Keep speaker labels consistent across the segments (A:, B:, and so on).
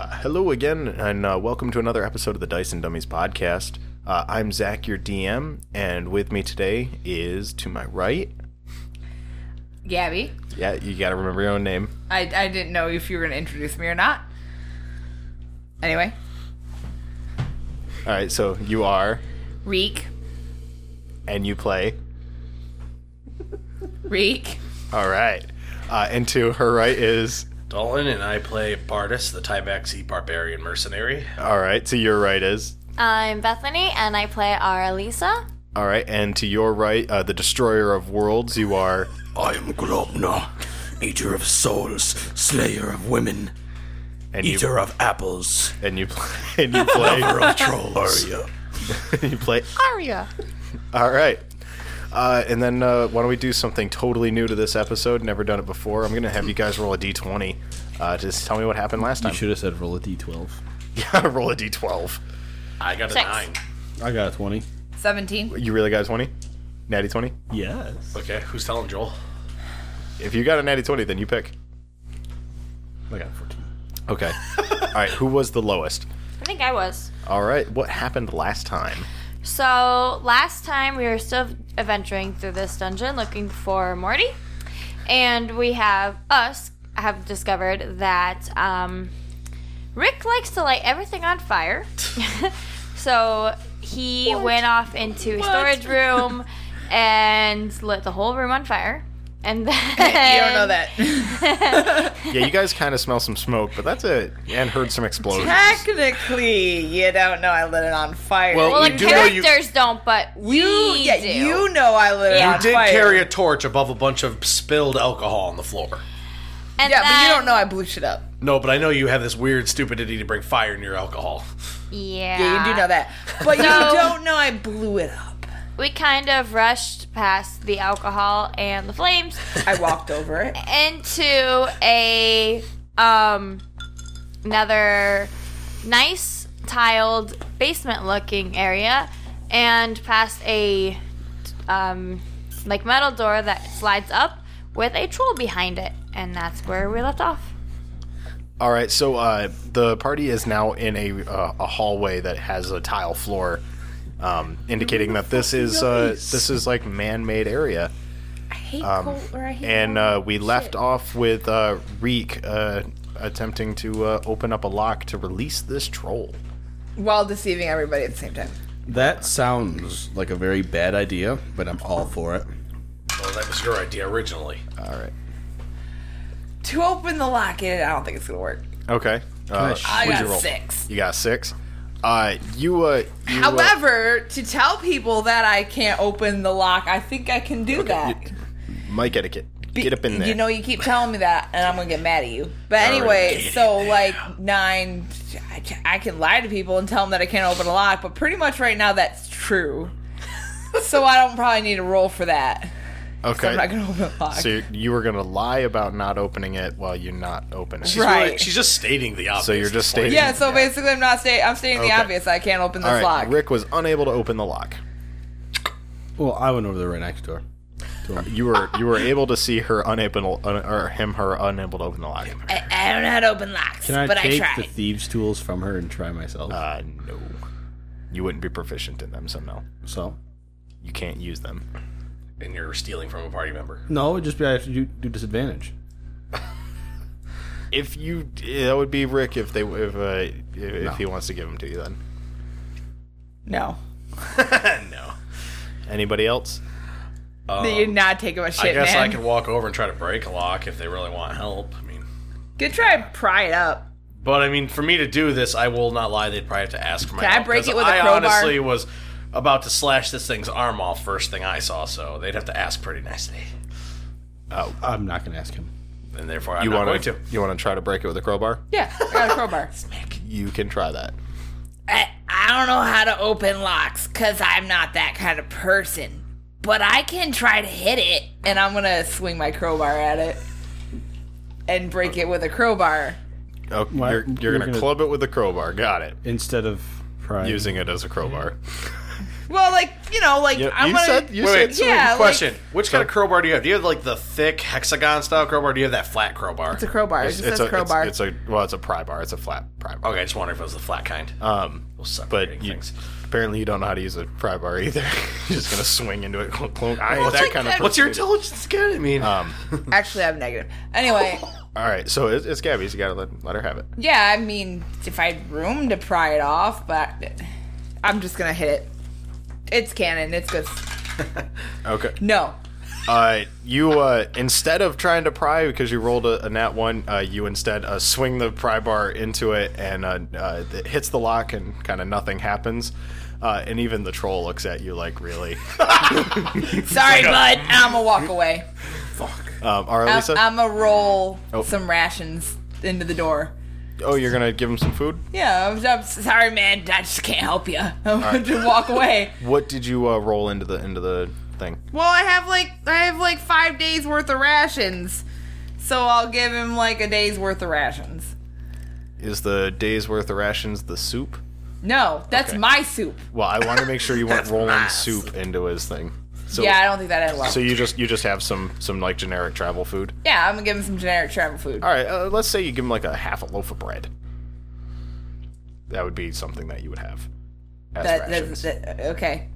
A: Uh, Hello again, and uh, welcome to another episode of the Dice and Dummies podcast. Uh, I'm Zach, your DM, and with me today is to my right.
B: Gabby,
A: Yeah, you got to remember your own name.
B: I, I didn't know if you were going to introduce me or not. Anyway,
A: All right, so you are,
B: Reek,
A: and you play.
B: Reek,
A: All right, uh, and to her right is.
C: Dolan and I play Bardis, the Tybaxi barbarian mercenary.
A: All right, to your right is.
D: I'm Bethany, and I play our Lisa.
A: All right, and to your right, uh, the destroyer of worlds. You are.
E: I am Globna, eater of souls, slayer of women,
A: And you
E: eater of apples,
A: and you play and you play
E: lover of trolls. Aria.
A: and you play.
D: Aria.
A: All right. Uh, and then uh, why don't we do something totally new to this episode? Never done it before. I'm gonna have you guys roll a d20. Uh, just tell me what happened last time.
F: You should have said roll a d12.
A: Yeah, roll a d12.
C: I got a
D: Six.
C: nine.
F: I got a 20.
B: 17.
A: You really got a 20? Natty 20?
F: Yes.
C: Okay, who's telling Joel?
A: If you got a natty 20, then you pick.
F: I got a 14.
A: Okay. All right. Who was the lowest?
D: I think I was.
A: All right. What happened last time?
D: So last time we were still adventuring through this dungeon looking for Morty, and we have us have discovered that um, Rick likes to light everything on fire. so he went off into a storage room and lit the whole room on fire. And then
B: You don't know that.
A: Yeah, you guys kind of smell some smoke, but that's it. And heard some explosions.
B: Technically, you don't know I lit it on fire.
D: Well,
C: You
D: like
C: do know you-
D: characters don't, but we
B: you, yeah,
D: do.
B: you know I lit it
D: Yeah.
B: on
D: You
C: Did
B: fire.
C: carry a torch above a bunch of spilled alcohol on the floor.
D: and
B: yeah, but you don't
D: then-
B: know I blew shit up.
C: No, but I know you have this weird stupidity to bring fire in your alcohol.
D: Yeah.
B: Yeah, you do know that. But you
D: So-
B: don't know I blew it up.
D: We kind of rushed past the alcohol and the flames
B: I walked over it.
D: into a um another nice tiled basement looking area and past a um like metal door that slides up with a troll behind it and that's where we left off.
A: All right, so uh, the party is now in a uh, a hallway that has a tile floor, um, indicating that this is uh, this is like man-made area. I hate cold, or I hate and uh, we left off with uh, Reek uh, attempting to uh, open up a lock to release this troll.
B: While deceiving everybody at the same time.
F: That sounds like a very bad idea, but I'm all for it.
C: Well, that was your idea originally.
A: All right.
B: To open the lock, it, I don't think it's going to work.
A: Okay. Uh,
F: Gosh.
B: I
A: what'd
B: got
A: you roll?
B: six.
A: You got a six. Uh, you. Uh, you, uh,
B: However, to tell people that I can't open the lock, I think I can do that.
A: Mike etiquette.
B: Be-
A: Get up in there.
B: You know, you keep telling me that, and I'm gonna get mad at you. But anyway, so like nine, I, ca- I can lie to people and tell them that I can't open a lock, but pretty much right now that's true. so I don't probably need a roll for that.
A: okay.
B: So I'm not gonna open a lock.
A: So you- you were gonna lie about not opening it while you're not opening it.
C: She's
B: Right.
C: really- she's just stating the obvious.
A: So you're just
C: Like,
A: stating.
B: yeah. So basically, I'm not saying I'm stating
A: Okay.
B: the obvious. I can't open this
A: All right.
B: lock.
A: Rick was unable to open the lock.
F: Well, I went over there right next door.
A: You were you were able to see her unable un, or him her unable to open the lock.
C: Eh.
B: I, I don't know how to open locks,
F: Can I
B: but I
F: take
B: tried.
F: the thieves' tools from her and try myself?
A: Uh, no. You wouldn't be proficient in them, so no.
F: so,
A: You can't use them.
C: And you're stealing from a party member.
F: no, it'd just be I have to do, do disadvantage.
A: If you eh, that would be Rick if they if uh, if he wants to give them to you then.
B: no,
C: no.
A: Anybody else? Oh.
B: you're not taking my shit,
C: I guess
B: man.
C: I can walk over and try to break a lock if they really want help. I mean,
B: Good try, and pry it up.
C: But I mean, for me to do this, I will not lie. They'd probably have to ask for my.
B: Can I
C: help,
B: break
C: 'cause
B: it with a
C: I
B: crowbar?
C: honestly was about to slash this thing's arm off first thing I saw, so they'd have to ask pretty nicely,
F: I'm not going to ask him.
C: and therefore I'm
A: You
C: not
A: want
C: going to.
A: You want to try to break it with a crowbar?
B: Yeah, I got a crowbar.
A: You can try that.
B: I, I don't know how to open locks because I'm not that kind of person. But I can try to hit it. And I'm going to swing my crowbar at it and break it with a crowbar.
A: Oh,
F: Why-
A: you're, you're
F: you're
A: gonna
F: gonna-
A: club it with a crowbar. Got it.
F: Instead of prying.
A: Using it as a crowbar.
B: Well, like you know, like
A: Yep,
B: I'm
A: you
B: gonna.
A: said you
C: Wait,
A: said
C: wait,
A: so-
B: yeah, like-
C: Question: Which kind of crowbar do you have? Do you have like the thick hexagon style crowbar? Or do you have that flat crowbar?
B: it's a crowbar. It
A: It's,
B: just
A: it's
B: says
A: a it's-
B: crowbar.
A: It's, a well, it's a pry bar. It's a flat pry bar.
C: okay, I just wondering if it was the flat kind.
A: Um,
C: We'll suck
A: but
C: reading
A: you,
C: things.
A: apparently you don't know how to use a pry bar either. You're just gonna swing into it. Clunk, clunk. I ain't
C: What's
A: that
C: your-
A: kind of.
C: What's your
A: person.
C: intelligence again? I mean,
A: Um.
B: Actually, I'm negative. Anyway,
A: All right. So it's, it's Gabby's. You gotta let, let her have it.
B: yeah, I mean, if I had room to pry it off, but I'm just gonna hit it. It's cannon. It's good.
A: Okay.
B: No.
A: Uh, you uh, instead of trying to pry because you rolled a, a nat one, uh, you instead uh, swing the pry bar into it and uh, uh, it hits the lock and kind of nothing happens. Uh, and even the troll looks at you like, really?
B: Sorry, bud. I'm gonna walk away.
A: Um, all right,
B: I'm,
A: Lisa.
B: I'm gonna roll
A: Oh.
B: some rations into the door.
A: oh, you're gonna give him some food.
B: Yeah, I'm, I'm sorry, man. I just can't help you. I'm gonna
A: right.
B: just walk away.
A: What did you uh, roll into the into the thing?
B: Well, I have like I have like five days worth of rations, so I'll give him like a day's worth of rations.
A: Is the day's worth of rations the soup?
B: No, that's my soup.
A: Well, I want to make sure you weren't rolling soup into his thing. So,
B: yeah, I don't think that ended well.
A: so you just you just have some some like generic travel food.
B: yeah, I'm gonna give him some generic travel food.
A: All right, uh, let's say you give him like a half a loaf of bread. That would be something that you would have as
B: That,
A: rations.
B: that, that, okay.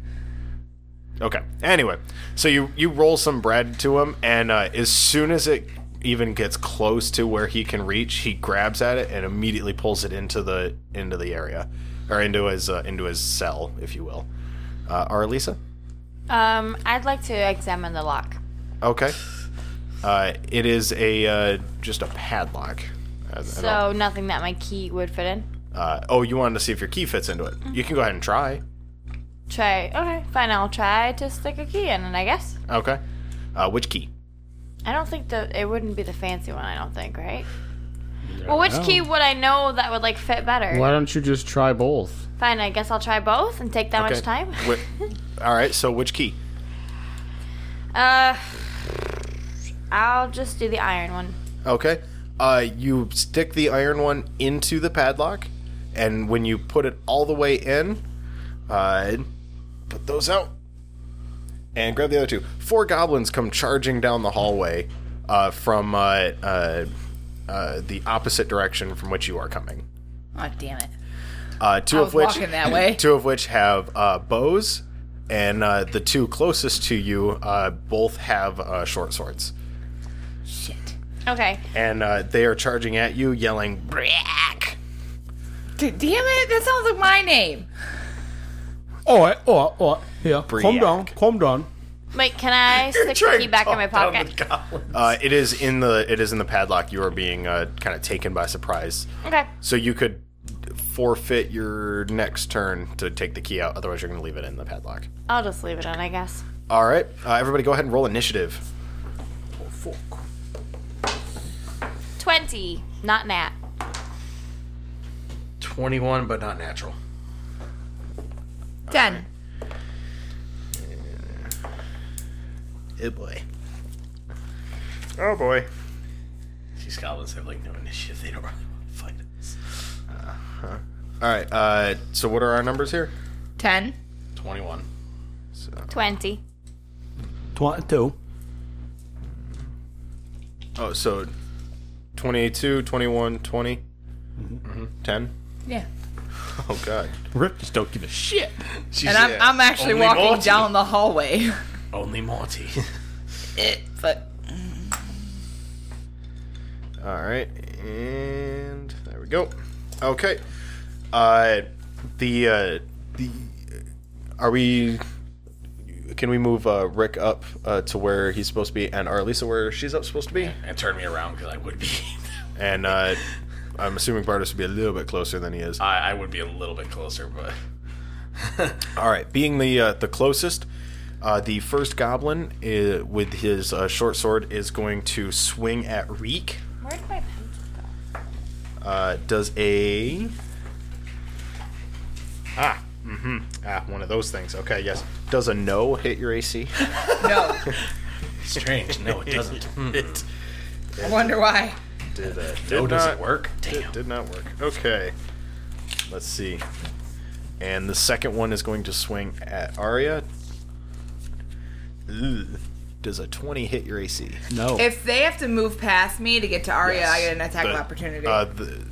A: Okay. Anyway, so you you roll some bread to him, and uh, as soon as it even gets close to where he can reach, he grabs at it and immediately pulls it into the into the area, or into his uh, into his cell, if you will. Uh, or Lisa.
D: Um, I'd like to examine the lock.
A: Okay. Uh, it is a uh, just a padlock. I- I don't-
D: So nothing that my key would fit in.
A: uh, oh, you wanted to see if your key fits into it. You can go ahead and try.
D: Try. Okay, fine. I'll try to stick a key in it. I guess.
A: Okay. Uh, which key?
D: I don't think that it wouldn't be the fancy one. I don't think, right? Well, which key would I know that would like fit better?
G: Why don't you just try both?
D: Fine. I guess I'll try both and take that
A: Okay.
D: much time.
A: Wh- all right. So which key?
D: uh, I'll just do the iron one.
A: Okay. Uh, you stick the iron one into the padlock, and when you put it all the way in, uh, put those out and grab the other two. Four goblins come charging down the hallway uh, from uh, uh, uh, the opposite direction from which you are coming.
B: Oh damn it!
A: Uh, two
B: I
A: of
B: was
A: which
B: walking that way.
A: two of which have uh, bows, and uh, the two closest to you uh, both have uh, short swords.
B: Shit.
D: Okay.
A: and uh, they are charging at you, yelling "Brack!"
B: D- damn it! That sounds like my name.
F: Oh,
G: All right, all right, all right. Here, calm down, calm down.
D: Wait, can I stick the key back in my pocket?
A: Uh, it is in the it is in the padlock. You are being uh, kind of taken by surprise,
D: Okay.
A: so you could forfeit your next turn to take the key out. Otherwise, you're going to leave it in the padlock.
D: I'll just leave it in. I guess.
A: All right, uh, everybody, go ahead and roll initiative.
D: Twenty. Not nat.
C: 21, but not natural.
B: Done.
A: Oh boy. Oh boy.
C: These goblins have like no initiative. They don't really want to fight us.
A: All right. Uh, so what are our numbers here?
B: Ten.
C: 21.
D: Twenty.
G: Tw- two.
A: Oh, so 22, 21, 20, 10.
B: Yeah.
A: Mm-hmm. Oh god.
G: Rip just don't give a shit.
C: She's,
B: And I'm, I'm actually
C: Only
B: walking
C: Morty.
B: down the hallway.
C: Only Morty.
B: but
A: All right, and there we go. Okay, uh, the uh, the uh, are we? Can we move uh, Rick up uh, to where he's supposed to be, and or Lisa where she's up supposed to be?
C: and turn me around because I would be.
A: And uh, I'm assuming Bartis would be a little bit closer than he is.
C: I, I would be a little bit closer, but.
A: All right, being the uh, the closest, uh, the first goblin uh with his uh, short sword is going to swing at Reek.
D: Where did my pen?
A: Uh, does a ah mm-hmm ah one of those things. Okay, yes. Does a no hit your AC?
B: no.
C: Strange. No, it doesn't. it
B: I wonder why.
A: Did uh, did
C: no,
A: not
C: does it work? Damn.
A: Did, did not work. Okay, let's see. And the second one is going to swing at Arya. Ugh. Does a 20 hit your AC?
G: No.
B: If they have to move past me to get to Arya, I get an attack of
A: The-
B: opportunity.
A: Uh, the,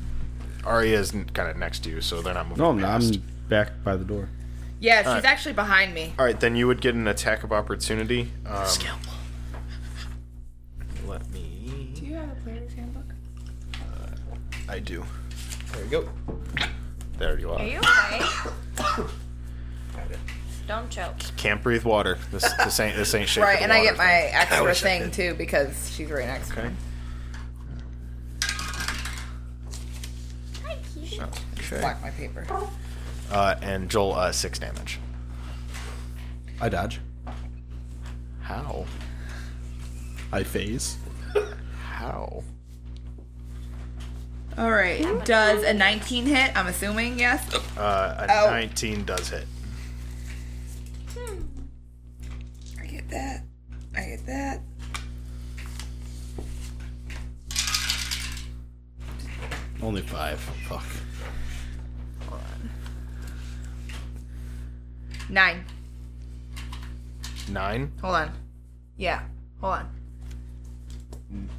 A: Arya is kind of next to you, so they're not moving.
G: no, I'm, not.
A: past.
G: I'm back by the door.
B: yeah, she's actually behind me.
A: All right, then you would get an attack of opportunity. Um, Let me. Uh,
B: Do you have a player's handbook?
A: I do. There you go. There you are.
D: Are you okay? Don't choke.
A: Can't breathe water. This this ain't this ain't shit. for
B: Right,
A: the
B: and I
A: water
B: get my
A: thing.
B: extra thing too because she's right next to me.
A: Okay. Oh, Okay.
B: Block my paper.
A: Uh, and Joel, uh, six damage.
F: I dodge.
A: How?
F: I phase.
A: How?
B: All right. Does a 19 hit? I'm assuming yes.
A: Uh, a
B: Ow.
A: 19 does hit.
B: I get that. I get that.
F: Only five. Fuck.
B: Nine.
A: Nine?
B: Hold on. Yeah. Hold on.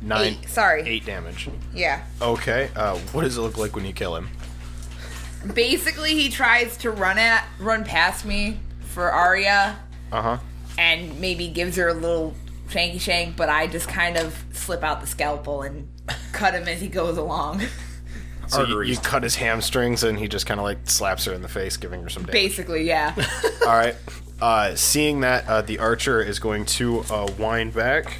A: Nine.
B: Eight. Sorry.
A: Eight damage.
B: Yeah.
A: Okay. Uh, what does it look like when you kill him?
B: Basically, he tries to run at, run past me for Arya,
A: Uh huh.
B: and maybe gives her a little shanky shank, but I just kind of slip out the scalpel and cut him as he goes along.
A: So you, you cut his hamstrings and he just kind of like slaps her in the face, giving her some damage.
B: Basically, yeah.
A: All right. Uh, seeing that, uh, the archer is going to uh, wind back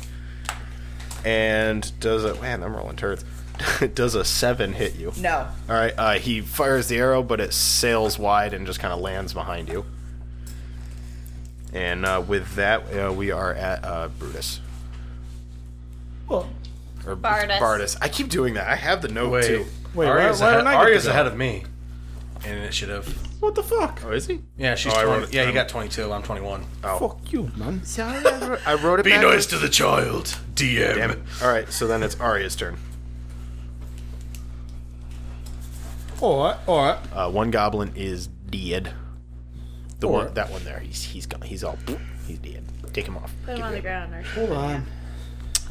A: and does a. Man, I'm rolling turds. does a seven hit you?
B: No.
A: All right. Uh, he fires the arrow, but it sails wide and just kind of lands behind you. And uh, with that, uh, we are at uh, Brutus.
G: Well,
A: Or
D: Bardas.
A: Bardas. I keep doing that. I have the note
C: Wait,
A: too.
G: wait,
C: Arya's,
G: why- why
C: ahead,
G: don't I get to
C: Arya's
G: go?
C: ahead of me in initiative.
G: what the fuck?
A: Oh, is he?
C: Yeah, she's.
A: Oh, I
C: 20
A: wrote it
C: yeah, you
A: down.
C: got 22. I'm 21.
A: Oh.
G: Fuck you, man.
A: I wrote, I wrote it back.
E: to the child, DM.
A: Damn it. All right. So then it's Arya's turn.
G: All right, all right.
A: Uh, one goblin is dead. The
G: Or-
A: one, that one there, he's he's gone. He's all he's dead. Take him off.
D: Put him on the ground. Or
G: Hold on.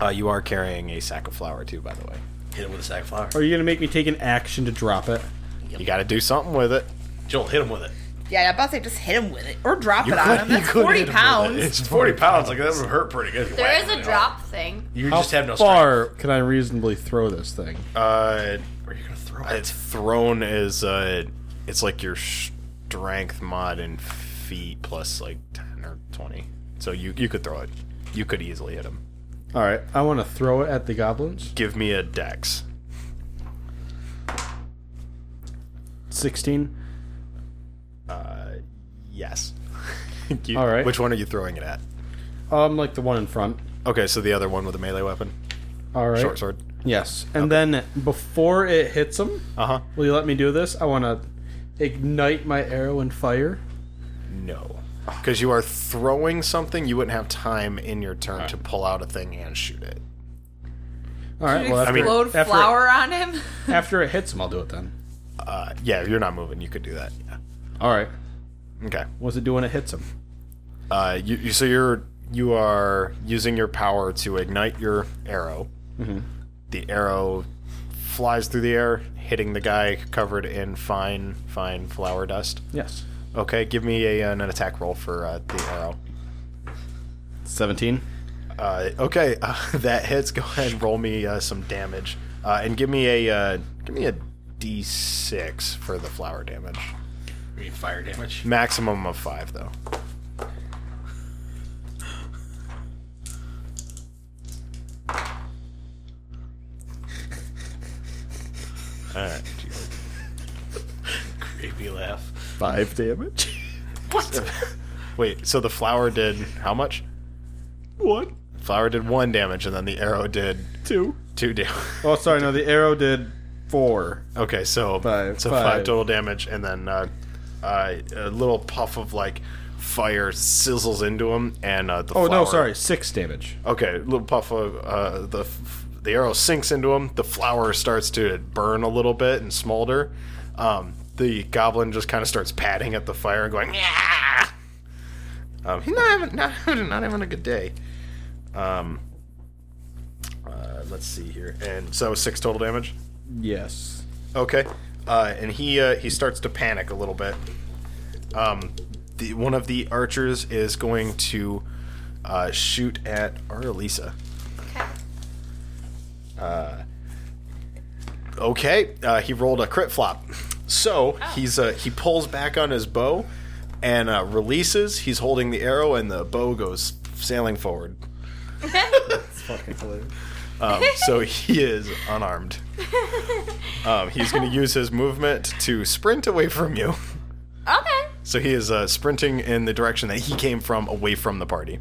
A: Uh, you are carrying a sack of flour too, by the way.
C: Hit him with a sack of flour.
G: Are you gonna make me take an action to drop it?
A: You got to do something with it.
C: Joel, hit him with it.
B: Yeah, I'm about to say just hit him with it or drop it on him. That's 40 pounds.
A: It's
C: 40 pounds. Like, that would hurt pretty good.
D: there is a drop thing.
C: You
G: How
C: just have no
G: far can I reasonably throw this thing?
A: Uh,
C: strength. Where are you going to throw it?
A: it's thrown as uh, it's like your strength mod in feet plus like ten or twenty. So you you could throw it. You could easily hit him.
G: All right, I want to throw it at the goblins.
A: Give me a dex.
G: Sixteen.
A: Yes. You-
G: All right.
A: Which one are you throwing it at?
G: Um, like the one in front.
A: Okay, so the other one with a melee weapon,
G: All right.
A: short sword.
G: Yes, and then before it hits him,
A: Uh huh.
G: will you let me do this? I want to ignite my arrow in fire.
A: No. Because you are throwing something, you wouldn't have time in your turn to pull out a thing and shoot it.
G: All right. Well, after,
B: Explode
G: after,
B: flour on him.
G: It, after it hits him, I'll do it then.
A: Uh, yeah, you're not moving. You could do that. Yeah.
G: All right.
A: Okay.
G: What's it do when it hits him?
A: Uh, you, you so you're you are using your power to ignite your arrow. The arrow flies through the air, hitting the guy covered in fine fine flower dust.
G: Yes.
A: Okay, give me a, an, attack roll for uh, the arrow.
F: Seventeen.
A: Uh, okay, uh, that hits. Go ahead and roll me uh, some damage, uh, and give me a uh, give me a d6 for the flower damage.
C: You mean fire damage?
A: Maximum of five, though. All right,
C: Creepy laugh.
F: Five damage.
A: wait. So the flower did how much?
G: One,
A: Flower did one damage, and then the arrow did
G: two.
A: two damage.
G: Oh, sorry. No, the arrow did four.
A: Okay, so
G: Five.
A: so five.
G: Five.
A: total damage, and then uh, uh, a little puff of like fire sizzles into him, and uh, the
G: Oh no,
A: flower-
G: sorry. Six damage.
A: Okay, little puff of uh, the f- the arrow sinks into him. The flower starts to burn a little bit and smolder, Um, the goblin just kind of starts patting at the fire and going, yeah. Um, he's not having, not having not having a good day. Um, uh, let's see here, and so six total damage.
G: Yes.
A: Okay. Uh, and he uh, he starts to panic a little bit. Um, the one of the archers is going to uh, shoot at Arlisa.
D: Okay.
A: Uh, Okay, uh, he rolled a crit flop, so he's uh, he pulls back on his bow and uh, releases. He's holding the arrow, and the bow goes sailing forward. Um, so he is unarmed. Um, he's going to use his movement to sprint away from you.
D: Okay.
A: So he is uh, sprinting in the direction that he came from, away from the party.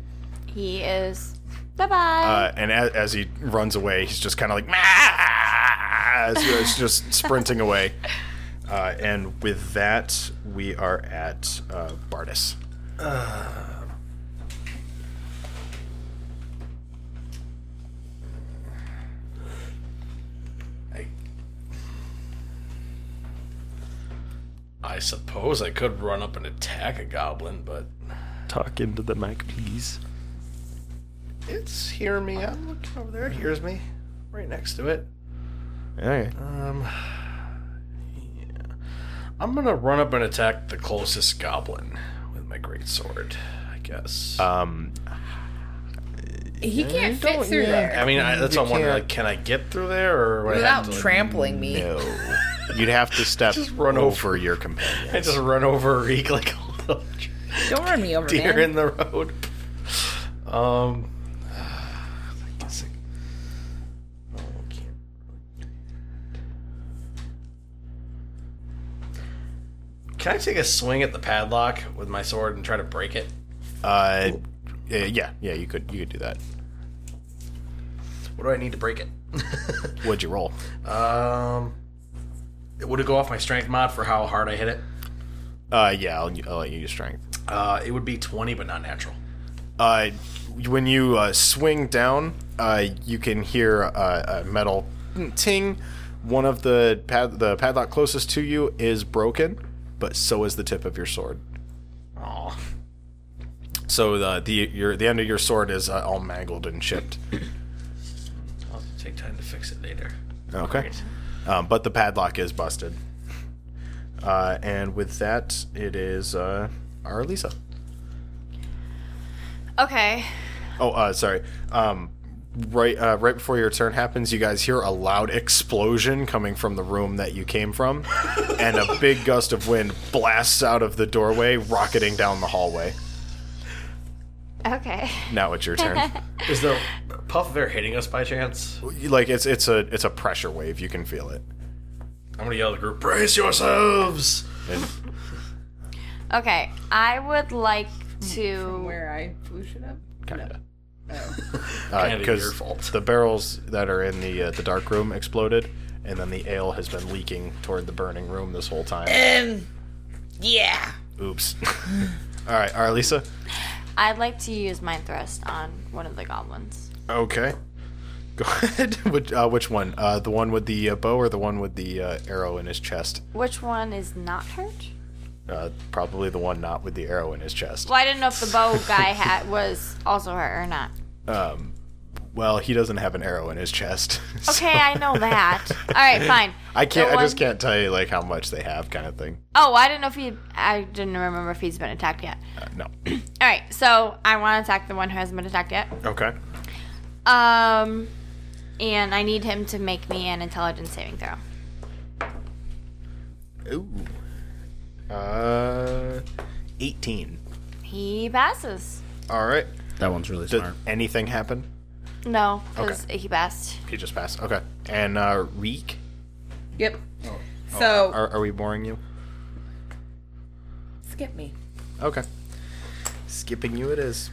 D: He is. Bye bye.
A: Uh, and as, as he runs away, he's just kind of like, "Mah!" as he was just sprinting away. Uh, and with that, we are at uh, Bardis.
C: I suppose I could run up and attack a goblin, but
H: Talk into the mic, please.
A: It's hear me. I'm looking over there. It hears me. Right next to it.
H: Okay.
C: um, yeah. I'm gonna run up and attack the closest goblin with my great sword. I guess.
A: Um,
B: He can't fit through there
C: I mean, I, that's what I'm wondering. Like, can I get through there, or would I
B: without
C: have to, like,
B: trampling me.
A: no. oh. You'd have to step
C: run
A: over your companion.
C: I just run over Reek like a little
B: Don't run me over,
C: deer
B: man.
C: in the road. Um, I guess I, oh, I can't. Can I take a swing at the padlock with my sword and try to break it?
A: Uh, uh, yeah, yeah, you could, you could do that.
C: What do I need to break it?
A: What'd you roll?
C: um, would it go off my strength mod for how hard I hit it?
A: Uh, yeah, I'll, I'll let you use strength.
C: Uh, it would be 20, but not natural.
A: Uh, when you uh, swing down, uh, you can hear uh, a metal ting. One of the pad- the padlock closest to you is broken, but so is the tip of your sword.
C: Aw.
A: So uh, the the your the end of your sword is uh, all mangled and chipped.
C: I'll take time to fix it later.
A: Okay.
C: Oh, Great.
A: Um, but the padlock is busted. Uh, and with that, it is uh, our Lisa.
D: okay.
A: Oh, uh, sorry. Um, right, uh, right before your turn happens, you guys hear a loud explosion coming from the room that you came from, and a big gust of wind blasts out of the doorway, rocketing down the hallway.
D: Okay.
A: Now it's your turn.
C: Is the puff of air hitting us by chance?
A: like it's it's a it's a pressure wave. You can feel it.
C: I'm gonna yell at the group, brace yourselves!
D: Okay. I would like to.
B: Where I blew shit up.
A: Kinda.
C: Kinda
A: Because
C: your fault.
A: the barrels that are in the uh, the dark room exploded, and then the ale has been leaking toward the burning room this whole time.
B: Um, yeah.
A: Oops. All right, all right, Lisa.
D: I'd like to use mind thrust on one of the goblins.
A: Okay. Go ahead. which, uh, which one? Uh, the one with the uh, bow or the one with the uh, arrow in his chest?
D: Which one is not hurt?
A: Uh, probably the one not with the arrow in his chest.
D: Well, I didn't know if the bow guy had was also hurt or not.
A: Um, well, he doesn't have an arrow in his chest. so
D: Okay, I know that. All right, fine.
A: I can't.
D: The
A: I just
D: one-
A: can't tell you like how much they have, kind of thing.
D: Oh, I didn't know if he. I didn't remember if he's been attacked yet.
A: Uh, no.
D: All right, so I want to attack the one who hasn't been attacked yet.
A: okay.
D: Um, and I need him to make me an intelligence saving throw.
A: Ooh. Uh, eighteen.
D: He passes.
A: All right.
F: That one's really
A: Did
F: smart.
A: anything happen?
D: No, because he passed.
A: He just passed. Okay. And uh, Reek,
B: Yep. so
A: are, are we boring you?
B: skip me.
A: Okay. Skipping you it is.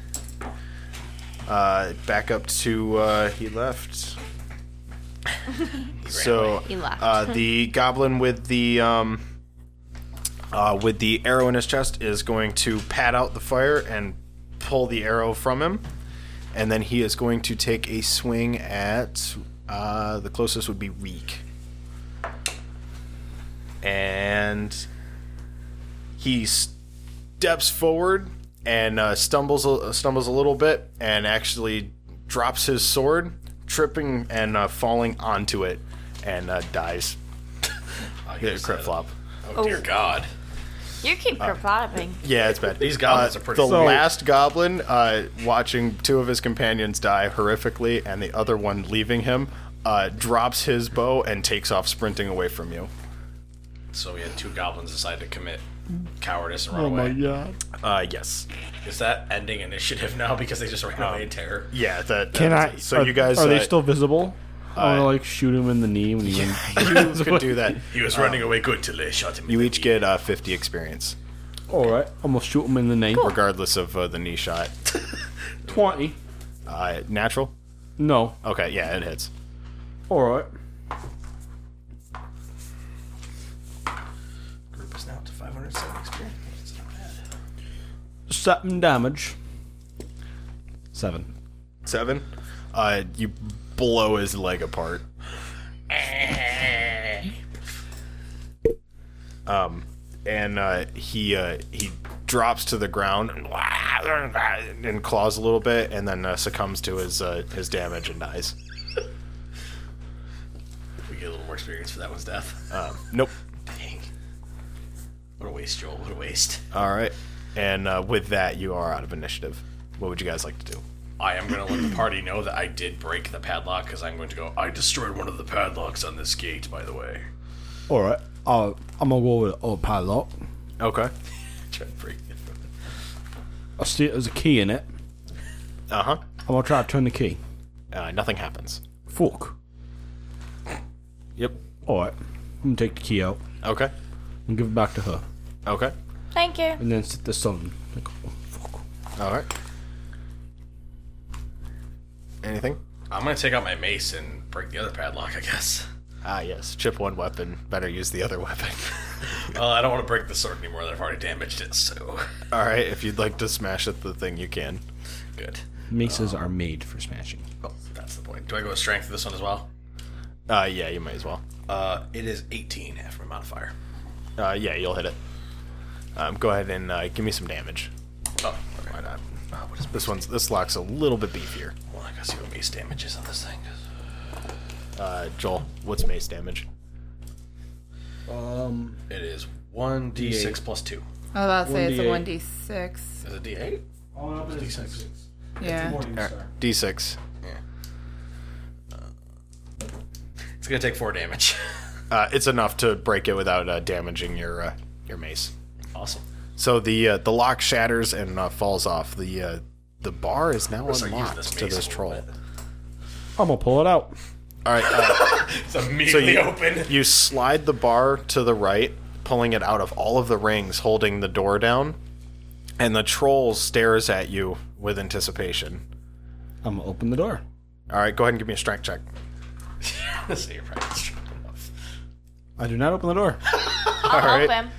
A: Uh, back up to uh, he left. so
D: He left.
A: uh, the goblin with the um, uh, with the arrow in his chest is going to pat out the fire and pull the arrow from him, and then he is going to take a swing at uh, the closest would be Reek. and he steps forward and uh, stumbles a, stumbles a little bit and actually drops his sword, tripping and uh, falling onto it, and uh, dies. Yeah, crip flop.
C: Oh, dear God.
D: You keep flip-flopping.
A: Yeah, it's bad. Uh,
C: These goblins are pretty
A: The
C: So-
A: last goblin uh, watching two of his companions die horrifically, and the other one leaving him, uh, drops his bow and takes off sprinting away from you.
C: So we had two goblins decide to commit cowardice and run
G: Oh my
C: away.
G: god.
A: Uh, yes.
C: Is that ending initiative now because they just ran away in terror?
A: Yeah. That.
G: Can
A: that-
G: I?
A: So
G: are,
A: you guys
G: are they
A: uh,
G: still visible? I want to like shoot him in the knee when he.
A: you could do that.
C: He was running away good till they shot him.
A: You each get uh, 50 experience,
G: All right, I'm gonna shoot him in the knee.
A: regardless of uh, the knee shot.
G: Twenty.
A: Uh, natural.
G: No.
A: Okay. Yeah, it hits.
G: All right.
C: group is now up to 507 experience. It's not bad.
G: Seven damage. Seven.
A: Seven. Uh, you blow his leg apart. um, and uh, he uh, he drops to the ground and claws a little bit, and then uh, succumbs to his uh, his damage and dies.
C: We get a little more experience for that one's death.
A: Um, nope.
C: Dang. What a waste, Joel. What a waste.
A: All right. And uh, with that, you are out of initiative. What would you guys like to do?
C: I am going to let the party know that I did break the padlock because I'm going to go, I destroyed one of the padlocks on this gate, by the way.
G: All right. Uh, I'm gonna go with an old padlock.
A: Okay.
C: Try to break it from
G: I see there's a key in it.
A: Uh huh.
G: I'm gonna Oh, try to turn the key.
A: Uh, nothing happens.
G: Fork.
A: Yep.
G: All right. I'm gonna take the key out
A: Okay.
G: and give it back to her,
A: Okay.
D: Thank you.
G: and then sit this on. Like, oh, fuck.
A: All right. Anything?
C: I'm going to take out my mace and break the other padlock, I guess.
A: Ah, yes. Chip one weapon. Better use the other weapon.
C: Uh, I don't want to break the sword anymore that I've already damaged it, so.
A: All right. If you'd like to smash at the thing, you can.
C: Good.
G: Maces are made for smashing.
C: Oh, that's the point. Do I go with strength for this one as well?
A: Uh, yeah, you might as well.
C: Uh, it is 18 after my modifier.
A: Uh, yeah, you'll hit it. Um, go ahead and uh, give me some damage.
C: Oh, why
A: Uh,
C: not? what is
A: This one's this lock's a little bit beefier.
C: Well, I gotta see what mace damage is on this thing.
A: Uh, Joel, what's mace damage?
G: Um,
C: It is 1d6 plus 2.
B: I was about to say it's a
G: 1d8.
B: one d six.
C: Is it d8?
G: D6.
B: Yeah.
A: D6.
C: It's gonna take 4 damage.
A: Uh, it's enough to break it without uh, damaging your uh, your mace.
C: awesome.
A: So the uh, the lock shatters and uh, falls off. The uh, the bar is now
C: start using
A: unlocked
C: this
A: to
C: mace a
A: this
C: little
A: troll.
C: bit.
G: I'm gonna pull it out.
A: All right. Uh,
C: It's immediately
A: you-
C: open.
A: you slide the bar to the right, pulling it out of all of the rings, holding the door down, and the troll stares at you with anticipation.
G: I'm gonna open the door.
A: All right, go ahead and give me a strength check.
C: so you're probably strong enough.
G: I do not open the door.
D: I'll
A: right.
D: help him.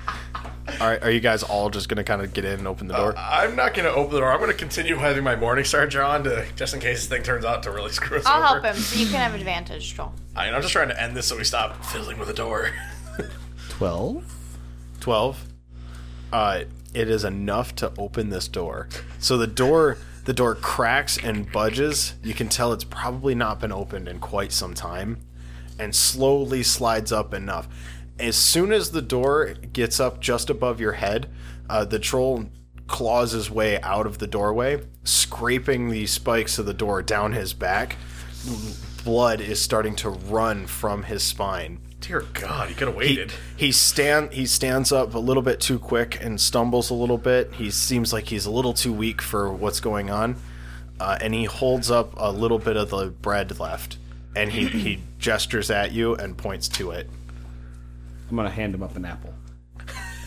A: All right, are you guys all just gonna kind of get in and open the door?
C: I'm not gonna open the door. I'm gonna continue having my Morningstar drawn to just in case this thing turns out to really screw us
D: I'll
C: over.
D: help him so you can have advantage, Joel.
C: I mean, I'm just trying to end this so we stop fiddling with the door.
G: Twelve.
A: Twelve. Uh, it is enough to open this door. So the door, the door cracks and budges. You can tell it's probably not been opened in quite some time, and slowly slides up enough. As soon as the door gets up just above your head, uh, the troll claws his way out of the doorway, scraping the spikes of the door down his back. Blood is starting to run from his spine.
C: Dear God, you could have
A: He,
C: waited.
A: he stand he stands up a little bit too quick and stumbles a little bit. He seems like he's a little too weak for what's going on, uh, and he holds up a little bit of the bread left, and he he gestures at you and points to it.
G: I'm gonna hand him up an apple.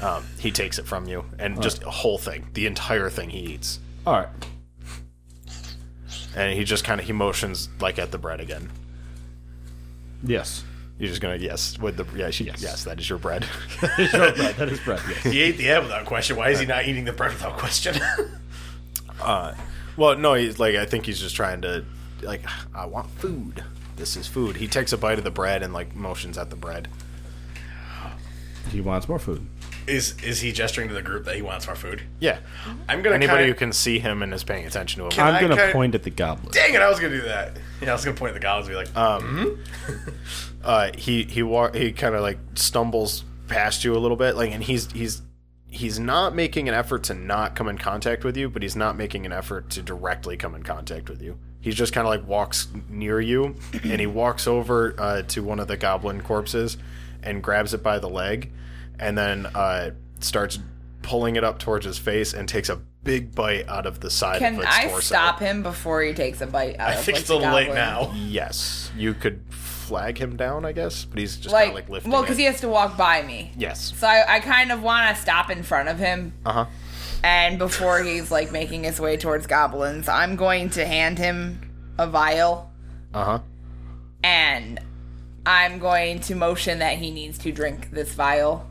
A: Um, he takes it from you and just a whole thing, the entire thing he eats,
G: All right.
A: and he just kind of he motions like at the bread again.
G: Yes.
A: You're just gonna yes with the yes you- yes,
G: Yes.
A: that is your bread.
G: Sure, bread. That is bread. Yes.
C: he ate the egg without question. Why is he not eating the bread without question?
A: well, no, he's like I think he's just trying to like I want food. This is food. He takes a bite of the bread and like motions at the bread.
G: He wants more food.
C: Is is he gesturing to the group that he wants more food?
A: Yeah.
C: I'm gonna
A: Anybody
C: kinda,
A: who can see him and is paying attention to him.
G: I'm
C: I
G: gonna
C: kinda-
G: point at the goblin.
C: Dang it! I was gonna do that. Yeah, I was gonna point at the goblins and be like,
A: uh, he he wa- he kind of like stumbles past you a little bit, like, and he's he's he's not making an effort to not come in contact with you, but he's not making an effort to directly come in contact with you. He just kind of like walks near you, and he walks over uh, to one of the goblin corpses and grabs it by the leg, and then uh, starts pulling it up towards his face and takes a big bite out of the side
B: Can
A: of its
B: I
A: torso.
B: stop him before he takes a bite out
C: I
B: of
C: think
B: like,
C: it's a
B: the
C: little late
B: goblin?
C: now.
A: Yes, you could flag him down, I guess, but he's just kind
B: Like,
A: of like lifting.
B: well,
A: it.
B: because he has to walk by me.
A: Yes.
B: So I, I kind of want to stop in front of him,
A: Uh huh.
B: and before he's like making his way towards goblins, I'm going to hand him a vial,
A: Uh
B: Uh-huh.
A: huh.
B: and I'm going to motion that he needs to drink this vial.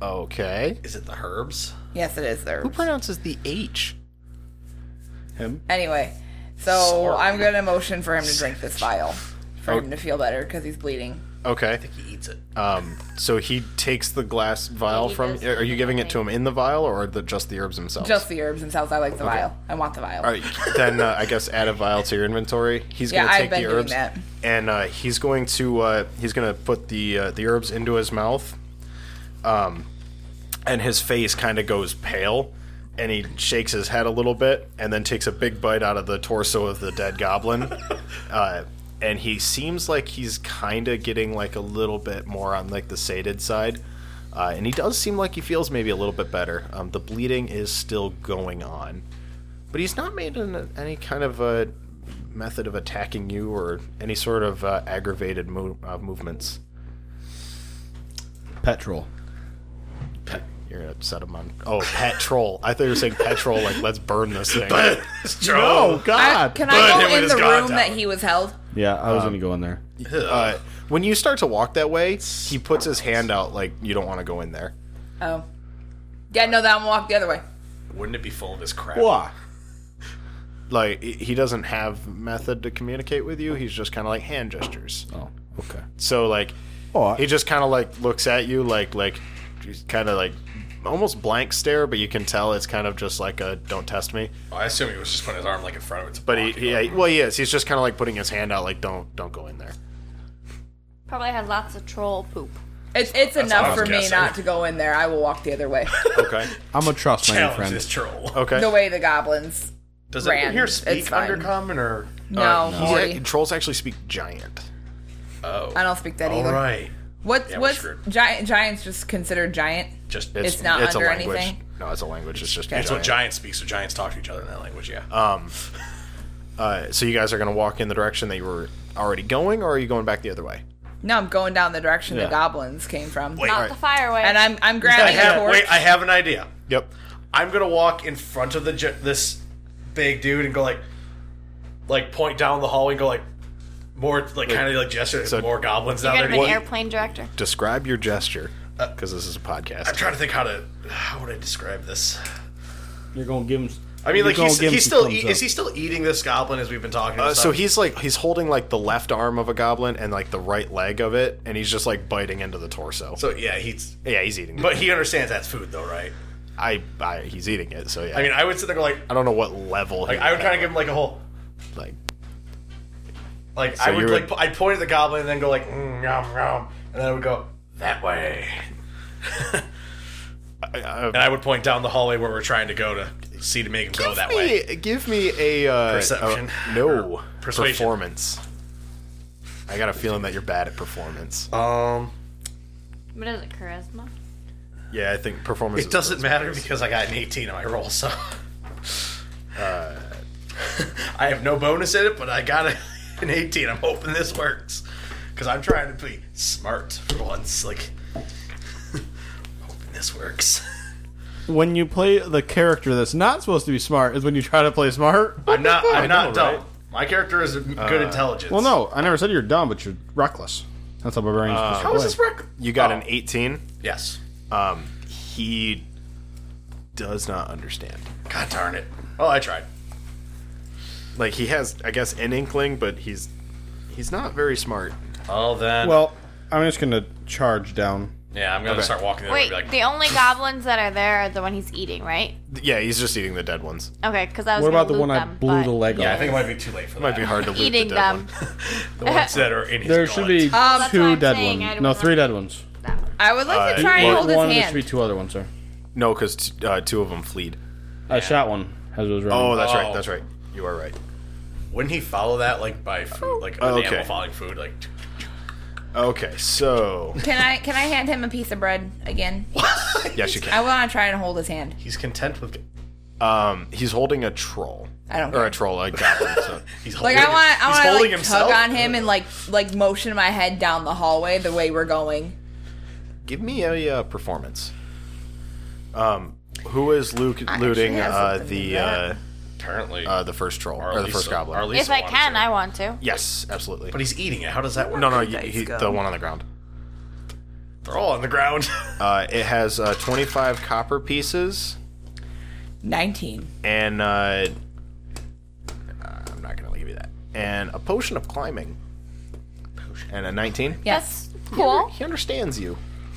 A: Okay.
C: "Is it the herbs?"
B: Yes, it is there.
A: pronounces the H?
B: Anyway, so I'm going to motion for him to drink this vial for him to feel better because he's bleeding.
A: Okay.
C: He eats it.
A: Um. So he takes the glass vial
D: He
A: from.
D: does
A: Are you giving it to him in the vial or the, just the herbs themselves?
B: Just the herbs themselves. I like the vial. I want the vial.
A: All right. Then uh, I guess add a vial to your inventory. He's
B: Yeah,
A: gonna
B: I've
A: take
B: been
A: the
B: doing
A: herbs,
B: that.
A: and uh, he's going to uh, he's gonna put the uh, the herbs into his mouth. Um, and his face kind of goes pale, and he shakes his head a little bit, and then takes a big bite out of the torso of the dead goblin. uh, and he seems like he's kind of getting like a little bit more on like the sated side. Uh, and he does seem like he feels maybe a little bit better. Um, the bleeding is still going on but he's not made an, any kind of a method of attacking you or any sort of uh, aggravated mo- uh, movements.
G: Petrol.
A: Pet, you're gonna set him on. Oh, pet troll. I thought you were saying petrol. Like, let's burn this thing.
G: Oh
B: I,
G: God! Um,
B: can
C: Burn
B: I
C: him
B: go
C: with
B: in
C: his
B: the
C: god
B: room
C: down.
B: that he was held?
G: yeah, I was gonna go in there.
A: Uh, when you start to walk that way, he puts his hand out like you don't want to go in there.
B: Oh. Yeah, no, that one walked the other way.
C: Wouldn't it be full of his crap?
G: Why?
A: Like he- he doesn't have method to communicate with you. He's just kind of like hand gestures.
G: Oh, okay.
A: So like
G: Oh,
A: he just kind of like looks at you like like kind of like almost blank stare, but you can tell it's kind of just like a don't test me.
C: I assume he was just putting his arm like in front of it. to
A: But he,
C: block it.
A: he yeah, well, he is. He's just kind of like putting his hand out, like don't don't go in there.
D: Probably had lots of troll poop.
B: It's it's
C: what I
B: enough
C: was
B: for me
C: guessing.
B: not to go in there. I will walk the other way.
A: Okay,
G: I'm gonna trust my new
C: challenge
G: friend.
C: this troll.
A: okay.
B: the way the goblins.
C: Does
B: Ran.
C: anyone here
B: It's
C: speak
B: fine.
C: undercommon or?
B: No,
A: He's
B: Morty.
A: act- trolls actually speak giant.
C: Oh,
B: I don't speak that
C: all
B: either.
C: right.
B: What's
C: Yeah, we're
B: what's
C: screwed.
B: giant? Giants just considered giant.
C: Just
B: It's not
A: a
B: under
A: language.
B: anything?
A: No, it's a language. It's just
C: It's what
A: giant.
C: giants speak, so giants talk to each other in that language. Yeah.
A: Um, uh, so you guys are gonna walk in the direction that you were already going, or are you going back the other way?
B: No, I'm going down the direction
G: Yeah.
B: the goblins came from.
C: Wait.
D: Not
A: Alright.
D: the fire way.
B: And I'm I'm
C: I
B: grabbing a
C: have,
B: torch.
C: wait, I have an idea.
A: Yep.
C: I'm gonna walk in front of the gi- this big dude and go like, like point down the hallway and go like, more like kind of like gesture.
A: so-
C: So, more goblins
D: You're
C: down
D: gonna
C: there.
D: be an
C: What-
D: airplane director.
A: Describe your gesture, because this is a podcast.
C: Uh, I'm trying to think how to how would I describe this.
G: You're gonna give him.
C: I mean, like he's, he's still e- is he still eating this goblin as we've been talking?
A: Uh,
C: about
A: so he's like he's holding like the left arm of a goblin and like the right leg of it, and he's just like biting into the torso.
C: so yeah he's
A: yeah, he's eating.
C: but he understands that's food though, right?
A: I, I he's eating it. So yeah,
C: I mean, I would sit there and go like
A: I don't know what level.
C: like I would kind of give him like a whole
A: give like
C: like I
A: you
C: would
A: would-
C: like po- I'd point at the goblin and then go like mm, yum yum, and then I would go that way,
A: uh,
C: and I would point down the hallway where we're trying to go to see to make him go that way.
A: Hey, give me a uh,
C: Perception.
A: a- no
C: Persuasion.
A: performance. I got a feeling that you're bad at performance.
C: Um,
D: What is it, charisma?
A: yeah, I think performance.
C: it doesn't matter because I got an 18 on my roll, so Uh, I have no bonus in it, but I got a, an 18. I'm hoping this works because I'm trying to be smart for once. Like, hoping this works.
G: When you play the character that's not supposed to be smart, is when you try to play smart.
C: I'm not. I'm
A: know,
C: not dumb.
A: right? Uh,
C: My character is good intelligence.
G: Well, no, I never said you're dumb, but you're reckless. That's how barbarians. Uh,
C: How is this work?
A: You got an 18.
C: Yes.
A: Um, he does not understand.
C: God darn it. Oh, I tried.
A: Like he has, I guess, an inkling, but he's he's not very smart.
C: Oh, then.
G: Well, I'm just gonna charge down.
C: Yeah, I'm gonna
A: Okay.
C: start walking the other way.
D: Wait,
C: Be like,
D: the only goblins that are there are the one he's eating, right?
A: Yeah, he's just eating the dead ones.
D: Okay, because I was.
G: What
D: gonna
G: about the
D: loot
G: one I
D: them,
G: blew
D: but-
G: the leg
C: yeah, I
G: off?
C: think it might be too late for
A: It
C: that.
A: might be hard to loot
D: Eating
A: the dead
D: them.
A: one.
C: The ones that are in his
G: There should be
C: guts.
B: Um,
D: what
G: two
D: I'm
G: dead
D: saying, I
G: ones.
D: don't
G: No,
D: wanna-
G: three dead ones.
D: That one.
B: I would like
A: Uh,
B: to try and
A: well-
B: hold his
G: one, there should be
B: hand.
G: two other ones, sir.
A: No, because t- uh, two of them fleed.
G: I shot one as it was running.
A: Oh, that's
C: Oh.
A: right. That's right. You are right.
C: Wouldn't he follow that like by food, like
A: Oh,
C: an
A: okay.
C: animal following food? Like,
A: Okay, so
B: Can I can I hand him a piece of bread again?
A: yes, you can.
B: I want to try and hold his hand.
C: he's content with.
A: Um, he's holding a troll
B: I don't
A: or
B: care.
A: a troll, a goblin. So.
C: He's
B: Like I
C: holding,
B: want
C: he's
B: I want to
C: holding
B: like
C: himself.
B: tug on him and like like motion my head down the hallway the way we're going.
A: Give me a uh, performance. Um, who is Luke
B: I
A: looting
B: actually have
A: uh,
B: something
A: the
B: to
A: uh,
C: Apparently,
A: uh, the first troll or,
C: Or at
A: the
C: least
A: first
C: so-
A: goblin?
C: or at least-
D: If I
C: want
D: can,
C: to.
D: I want to.
A: yes, absolutely.
C: but he's eating it. How does that work?
A: no, no,
C: Where'd
A: y
C: the dice
A: he,
C: go?
A: the one on the ground.
C: they're all on the ground.
A: Uh, it has uh, 25 copper pieces
B: Nineteen.
A: and uh, I'm not gonna give you that. And a potion of climbing. And a 19.
B: Yes.
D: Cool.
A: He understands you.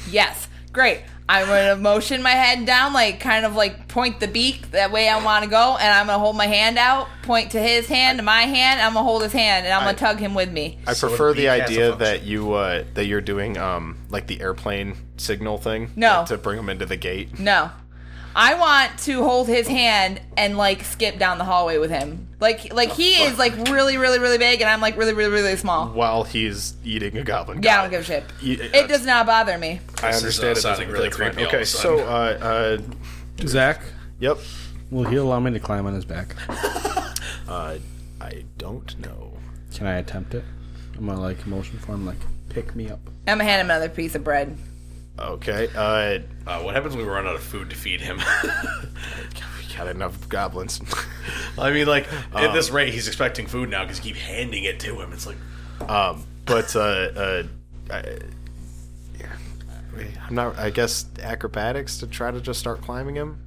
B: Yes. Great. I'm gonna motion my head down, like kind of like point the beak that way I want to go, and I'm gonna hold my hand out, point to his hand, to my hand. I'm gonna hold his hand, and I'm gonna
A: I-
B: tug him with me.
A: I
C: So the
A: prefer the,
C: beak has a
A: idea
C: function.
A: that you uh, that you're doing um, like the airplane signal thing.
B: No.
A: like, to bring them into the gate.
B: No. I want to hold his hand and like skip down the hallway with him. Like like he is like really really really big and I'm like really really really small.
A: while he's eating a goblin.
B: Yeah, I
A: Got
B: don't give a shit.
A: You-
B: It does not bother
A: I
B: me.
C: This is, uh,
A: understand it.
C: sounding
A: doesn't-
C: really
A: that's fine.
C: creepy all of
A: Okay,
C: a
A: so
C: sudden.
A: uh, uh,
G: Zach,
A: yep.
G: will he allow me to climb on his back?
A: Uh, I don't know.
G: Can I attempt it? I'm gonna like motion for him, like pick me up.
B: I'm gonna hand him another piece of bread.
A: Okay, uh,
C: uh, what happens when we run out of food to feed him?
A: we got enough goblins.
C: I mean, like at this rate, he's expecting food now because you keep handing it to him. It's like
A: um, but uh, uh, I, I'm not. I guess acrobatics to try to just start climbing him.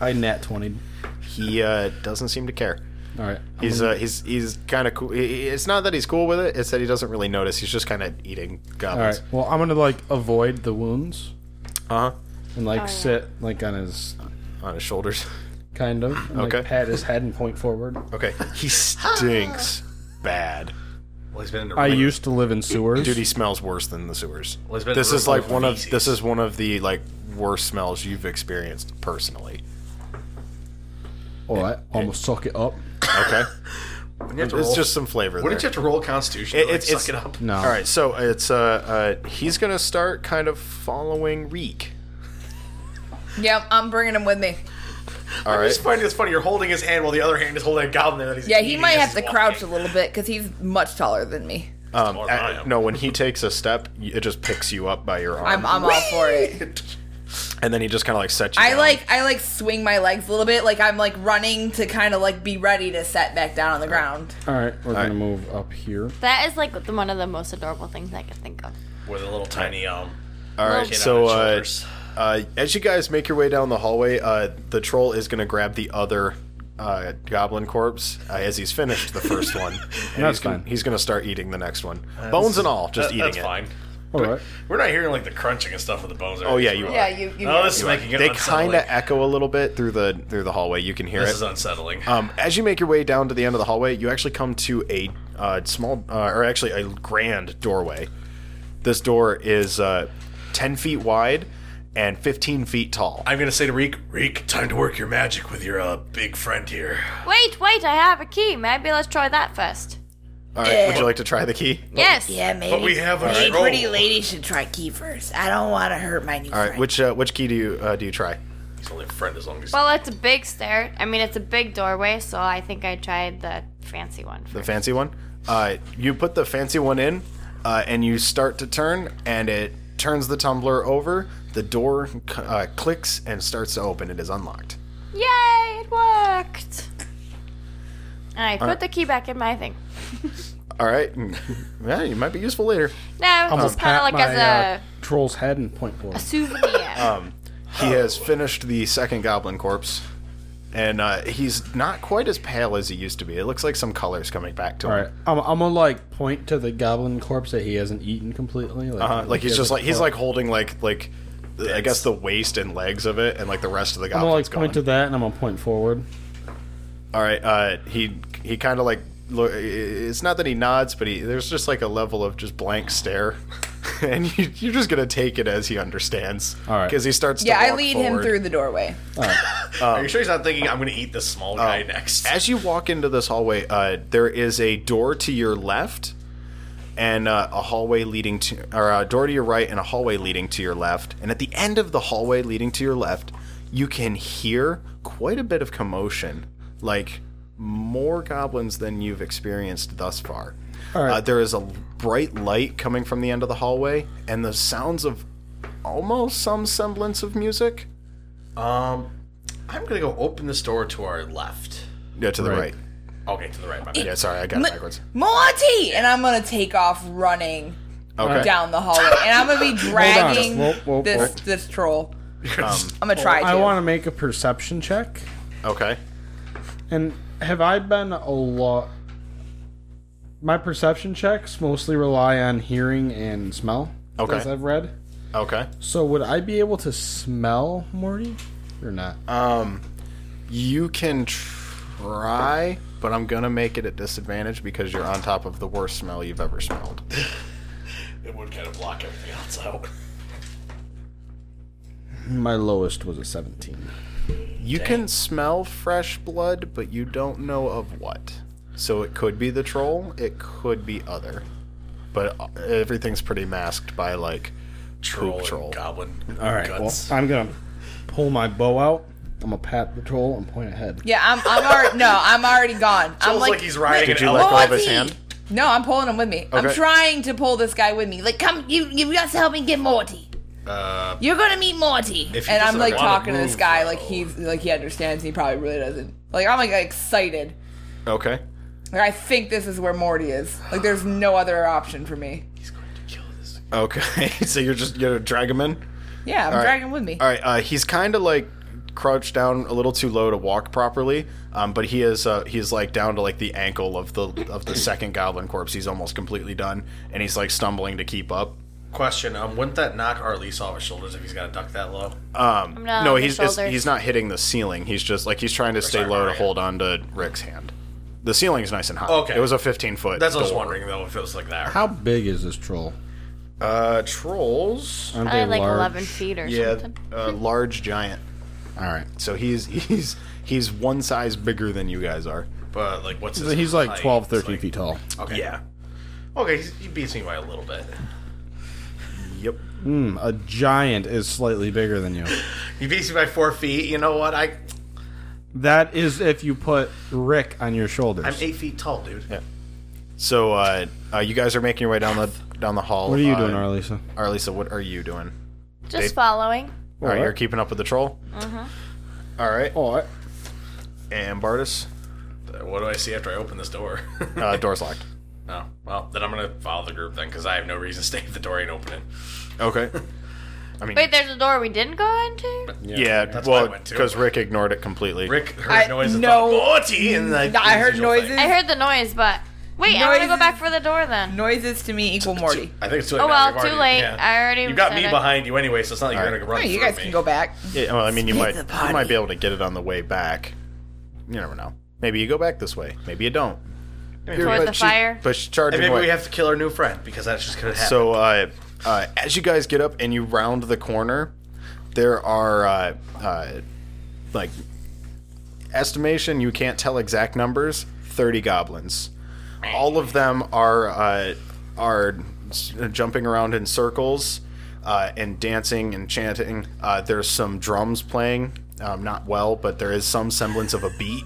G: I nat 20.
A: He uh, doesn't seem to care.
G: All right.
A: He's uh, he's he's kind of cool. he- he- It's not that he's cool with it. It's that he doesn't really notice. He's just kind of eating
G: All
A: goblins.
G: right. Well, I'm gonna like avoid the wounds
A: Uh huh.
G: and like sit like on his
A: On his shoulders.
G: kind of and, like,
A: Okay.
G: pat his head and point forward.
A: Okay. He stinks bad.
C: well, he's been in the
G: I
C: ring.
G: used to live in sewers.
A: Dude, he smells worse than the sewers.
C: Well, it's been
A: this
C: the
A: is
C: room
A: like
C: full
A: one
C: of
A: of this
C: feces.
A: is one of the like worst smells you've experienced personally.
G: Oh, I almost suck it up.
A: Okay,
C: Wouldn't you have to
A: it's
C: roll-
A: just some flavor.
C: Wouldn't you
A: there.
C: have to roll Constitution?
A: It-
C: to, like,
A: it's-
C: suck it up.
G: No.
A: All right, so it's uh, uh he's gonna start kind of following Reek.
B: Yep, I'm bringing him with me.
A: All
C: I
A: right,
C: just find it's funny. You're holding his hand while the other hand is holding a goblin that he's
B: Yeah, he
C: eating
B: might
C: as
B: have
C: he's
B: to
C: walking.
B: crouch a little bit because he's much taller than me.
A: um,
C: taller than I
A: uh,
C: am.
A: no, when he takes a step, y- it just picks you up by your arm,
B: I'm I'm all for it.
A: and then he just kind of like sets you.
B: I
A: down.
B: like I like swing my legs a little bit, like I'm like running to kind of like be ready to set back down on the ground.
G: All right. We're
A: right.
G: gonna move up here.
D: That is like the, one of the most adorable things I can think of.
C: with a little tiny um.
A: All right,
D: kid
A: so
C: on his
A: uh,
C: shoulders.
A: uh, as you guys make your way down the hallway, uh, the troll is going to grab the other uh, goblin corpse uh, as he's finished the first one. And
G: That's
A: he's gonna,
G: fine.
A: He's going to start eating the next one, bones and all, just
C: Uh, That-
A: eating
C: that's
A: it.
C: fine.
G: All right.
C: We're not hearing like the crunching and stuff with the bones.
A: Oh, yeah, you are. Yeah,
B: you.
C: Oh, this is making it
A: They
C: unsettling.
A: kind of echo a little bit through the through the hallway. You can hear
C: This
A: it.
C: is unsettling.
A: Um, as you make your way down to the end of the hallway, you actually come to a uh, small, uh, or actually a grand doorway. This door is uh, ten feet wide and fifteen feet tall.
C: I'm gonna say to Reek, Reek, time to work your magic with your uh, big friend here.
D: Wait, wait, I have a key. Maybe let's try that first.
G: Oh,
A: All right, would you like to try the key?
D: yes.
B: Yeah, maybe.
C: But we have a
B: Hey,
C: troll.
B: pretty lady should try key first. I don't want to hurt my new
A: All right,
B: friend.
A: which uh, which key do you uh, do you try?
C: He's only a friend as long as.
D: Well, it's a big stair. I mean, it's a big doorway, so I think I tried the fancy one.
A: The fancy one. Uh, you put the fancy one in, uh, and you start to turn, and it turns the tumbler over. The door c- uh, clicks and starts to open. It is unlocked.
D: Yay, it worked. And I put the key back in my thing.
A: All right, yeah, you might be useful later.
D: No,
G: I'm
D: just kind
G: gonna Uh, pat
D: of like
G: my
D: as a
G: uh, troll's head and point forward.
D: souvenir.
A: He has finished the second goblin corpse. and uh, he's not quite as pale as he used to be. It looks like some colors coming back to
G: All
A: him.
G: right, I'm, I'm gonna like point to the goblin corpse that he hasn't eaten completely. Like,
A: Uh, like he's just like he's like holding like like the- I guess the waist and legs of it, and like the rest of the
G: I'm gonna
A: goblin's
G: like
A: gone.
G: point to that, and I'm gonna point forward.
A: All right, uh, he he kind of like lo- it's not that he nods, but he there's just like a level of just blank stare, and you, you're just gonna take it as he understands.
G: All right.
A: because he starts.
B: Yeah,
A: to
B: I
A: walk
B: lead him
A: forward.
B: through the doorway.
A: Um,
C: Are you sure he's not thinking I'm going to eat this small guy next?
A: As you walk into this hallway, uh, there is a door to your left, and uh, a hallway leading to, or a door to your right, and a hallway leading to your left. And at the end of the hallway leading to your left, you can hear quite a bit of commotion, like more goblins than you've experienced thus far.
G: right.
A: Uh, there is a bright light coming from the end of the hallway, and the sounds of almost some semblance of music.
C: I'm going to go open this door to our left.
A: Yeah, to the
G: Right.
A: right.
C: Okay, to the right. My bad.
A: Yeah, sorry, I got it backwards.
B: Monty! And I'm gonna take off running
A: Okay.
B: down the hallway. And I'm gonna be dragging
G: Whoa, whoa,
B: this
G: whoa.
B: this troll. I'm gonna try to.
G: I want to make a perception check.
A: Okay.
G: And have I been a lot? My perception checks mostly rely on hearing and smell,
A: Okay.
G: as I've read.
A: Okay.
G: So would I be able to smell Morty or not?
C: Uh,
A: You can try, but I'm gonna make it at disadvantage because you're on top of the worst smell you've ever smelled.
C: It would kind of block everything else out.
G: My lowest was a 17.
A: You can smell fresh blood, but you don't know of what. So it could be the troll, it could be other, but uh, everything's pretty masked by like
C: Troll,
A: poop troll.
C: And goblin.
G: All right.
C: Guts.
G: Well, I'm gonna pull my bow out. I'm gonna pat the troll and point ahead.
B: yeah, I'm I'm already no, I'm already gone. I'm
C: Feels like,
B: like,
C: he's riding
A: Did
C: an
A: you let
C: elephant.
A: go of his
B: Monty!
A: hand?
B: No, I'm pulling him with me. I'm
A: Okay.
B: trying to pull this guy with me. Like, come, you you got to help me get Morty. You're gonna meet Morty.
C: If he
B: And I'm
C: doesn't
B: like
C: wanna
B: talking to this
C: move,
B: guy,
C: though.
B: like he's like he understands. He probably really doesn't. Like I'm like excited.
A: Okay.
B: Like I think this is where Morty is. Like there's no other option for me.
C: He's going to kill this.
A: Okay. so you're just gonna drag him in?
B: Yeah, I'm
A: right.
B: dragging him with me.
A: All right, uh, he's kind of like crouched down a little too low to walk properly, um, but he is uh, he's like down to like the ankle of the of the second goblin corpse. He's almost completely done, and he's like stumbling to keep up.
C: Question: Um, wouldn't that knock our lease off his shoulders if he's got to duck that low?
D: I'm not
A: no,
D: on his
A: he's it's,
D: shoulders.
A: he's not hitting the ceiling. He's just like he's trying to stay
C: sorry,
A: low to
C: Ryan.
A: hold on to Rick's hand. The ceiling is nice and high.
C: Okay.
A: it was a fifteen foot.
C: That's what I was
A: door.
C: wondering though, if it was like that.
G: How big is this troll?
A: Uh, trolls.
G: Aren't
D: Probably like 11 feet or
A: Yeah,
D: something.
A: uh, large giant.
G: All right.
A: So he's he's he's one size bigger than you guys are.
C: But like, what's his?
G: So he's like
C: height?
G: 12,
C: It's
G: 13
C: like-
G: feet tall.
C: Okay. Yeah. Okay, he's- he beats me by a little bit.
A: Yep.
G: Hmm, a giant is slightly bigger than you.
C: He beats me by four feet. You know what? I
G: That is if you put Rick on your shoulders.
C: I'm eight feet tall, dude.
A: So uh, uh, you guys are making your way down the down the hall.
G: what are you
A: uh,
G: doing, Arlisa?
A: Arlisa, what are you doing?
D: Just following.
A: All right, you're keeping up with the troll.
C: Uh-huh.
A: All right,
G: All right.
A: and Bartis,
C: What do I see after I open this door?
A: uh, door's locked.
C: oh, well, then I'm gonna follow the group then, because I have no reason to stay at the door and open it.
A: Okay. I mean,
D: Wait, there's a door we didn't go into?
A: yeah,
C: that's what I
A: well,
C: went to.
A: because Rick ignored it completely.
C: Rick heard
B: I-
C: noises.
B: no.
C: thought, "Morty," and like,
B: I heard
C: usual thing.
B: noises.
D: I heard the noise, but. Wait, I want to go
B: Noises.
D: back for the door then.
B: Noises to me equal Morty.
C: I think it's too late.
D: Oh,
C: now.
D: well,
C: You've already-
D: too late.
C: yeah.
D: I already.
C: You got
D: said
C: me
D: it.
C: behind you anyway, so it's not like you're
A: Alright.
C: gonna run.
B: Oh, you
C: through
B: guys
C: me.
B: can go back.
A: Yeah, well, I mean, you
B: Spit
A: might
B: the
A: you
B: party.
A: might be able to get it on the way back. You never know. Maybe you go back this way. Maybe you don't.
D: Toward
A: But
D: the
A: she-
D: fire.
A: But she's
C: And
A: charging
C: maybe
A: away.
C: we have to kill our new friend because that's just gonna happen.
A: So uh, uh, as you guys get up and you round the corner, there are uh, uh, like estimation. You can't tell exact numbers. Thirty goblins. All of them are uh, are s- jumping around in circles uh, and dancing and chanting. Uh, there's some drums playing, um, not well, but there is some semblance of a beat.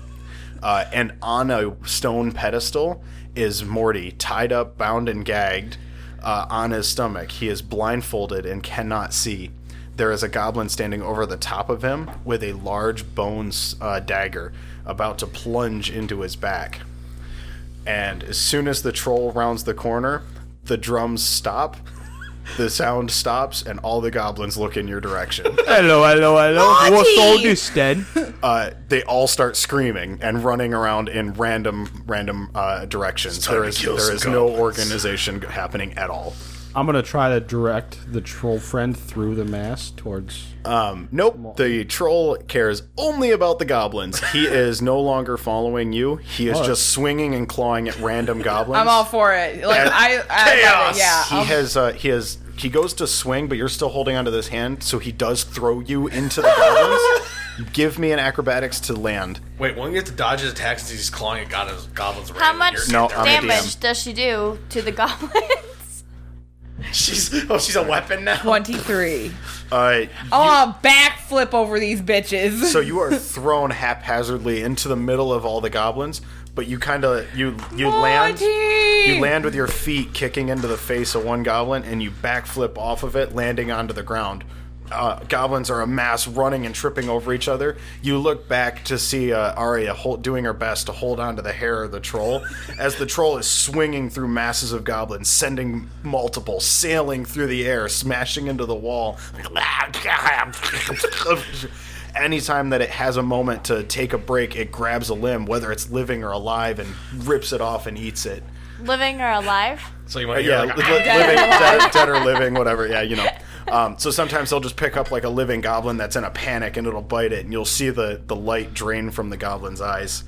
A: Uh, and on a stone pedestal is Morty, tied up, bound, and gagged uh, on his stomach. He is blindfolded and cannot see. There is a goblin standing over the top of him with a large bone uh, dagger about to plunge into his back. And as soon as the troll rounds the corner, the drums stop The sound stops, and all the goblins look in your direction.
H: Hello, hello, hello. What's all
B: Marty!
H: this then?
A: Uh, they all start screaming and running around in random, random uh, directions.
C: time
A: There
C: to
A: is
C: kill
A: there
C: some
A: is no
C: goblins.
A: organization g- happening at all.
G: I'm gonna try to direct the troll friend through the mass towards.
A: Um, nope. The troll cares only about the goblins. He is no longer following you. He is
G: Alright.
A: just swinging and clawing at random goblins.
B: I'm all for it. Like I, I
C: Chaos!
B: yeah. um,
A: He
B: I'll-
A: has uh, he has he goes to swing, but you're still holding onto this hand, so he does throw you into the goblins. Give me an acrobatics to land.
C: Wait, won't you have to dodge his attacks since he's clawing at goblins, goblins around?
D: How much
A: No, um, I'm a
D: damage
A: DM.
D: does she do to the goblins?
C: She's oh, she's a weapon now.
B: 23.
A: Uh,
B: Oh, backflip over these bitches.
A: so you are thrown haphazardly into the middle of all the goblins, but you kind of you you land. You land with your feet kicking into the face of one goblin, and you backflip off of it, landing onto the ground. Uh, goblins are a mass running and tripping over each other. You look back to see uh, Arya hold, doing her best to hold onto the hair of the troll as the troll is swinging through masses of goblins, sending multiple, sailing through the air, smashing into the wall. Anytime that it has a moment to take a break, it grabs a limb, whether it's living or alive, and rips it off and eats it.
D: Living or alive?
C: So you might hear
A: Yeah,
C: like,
A: li-
C: "Ah."
A: li- living, dead, dead or living, whatever. Yeah, you know. Um, so sometimes they'll just pick up like a living goblin that's in a panic, and it'll bite it, and you'll see the, the light drain from the goblin's eyes.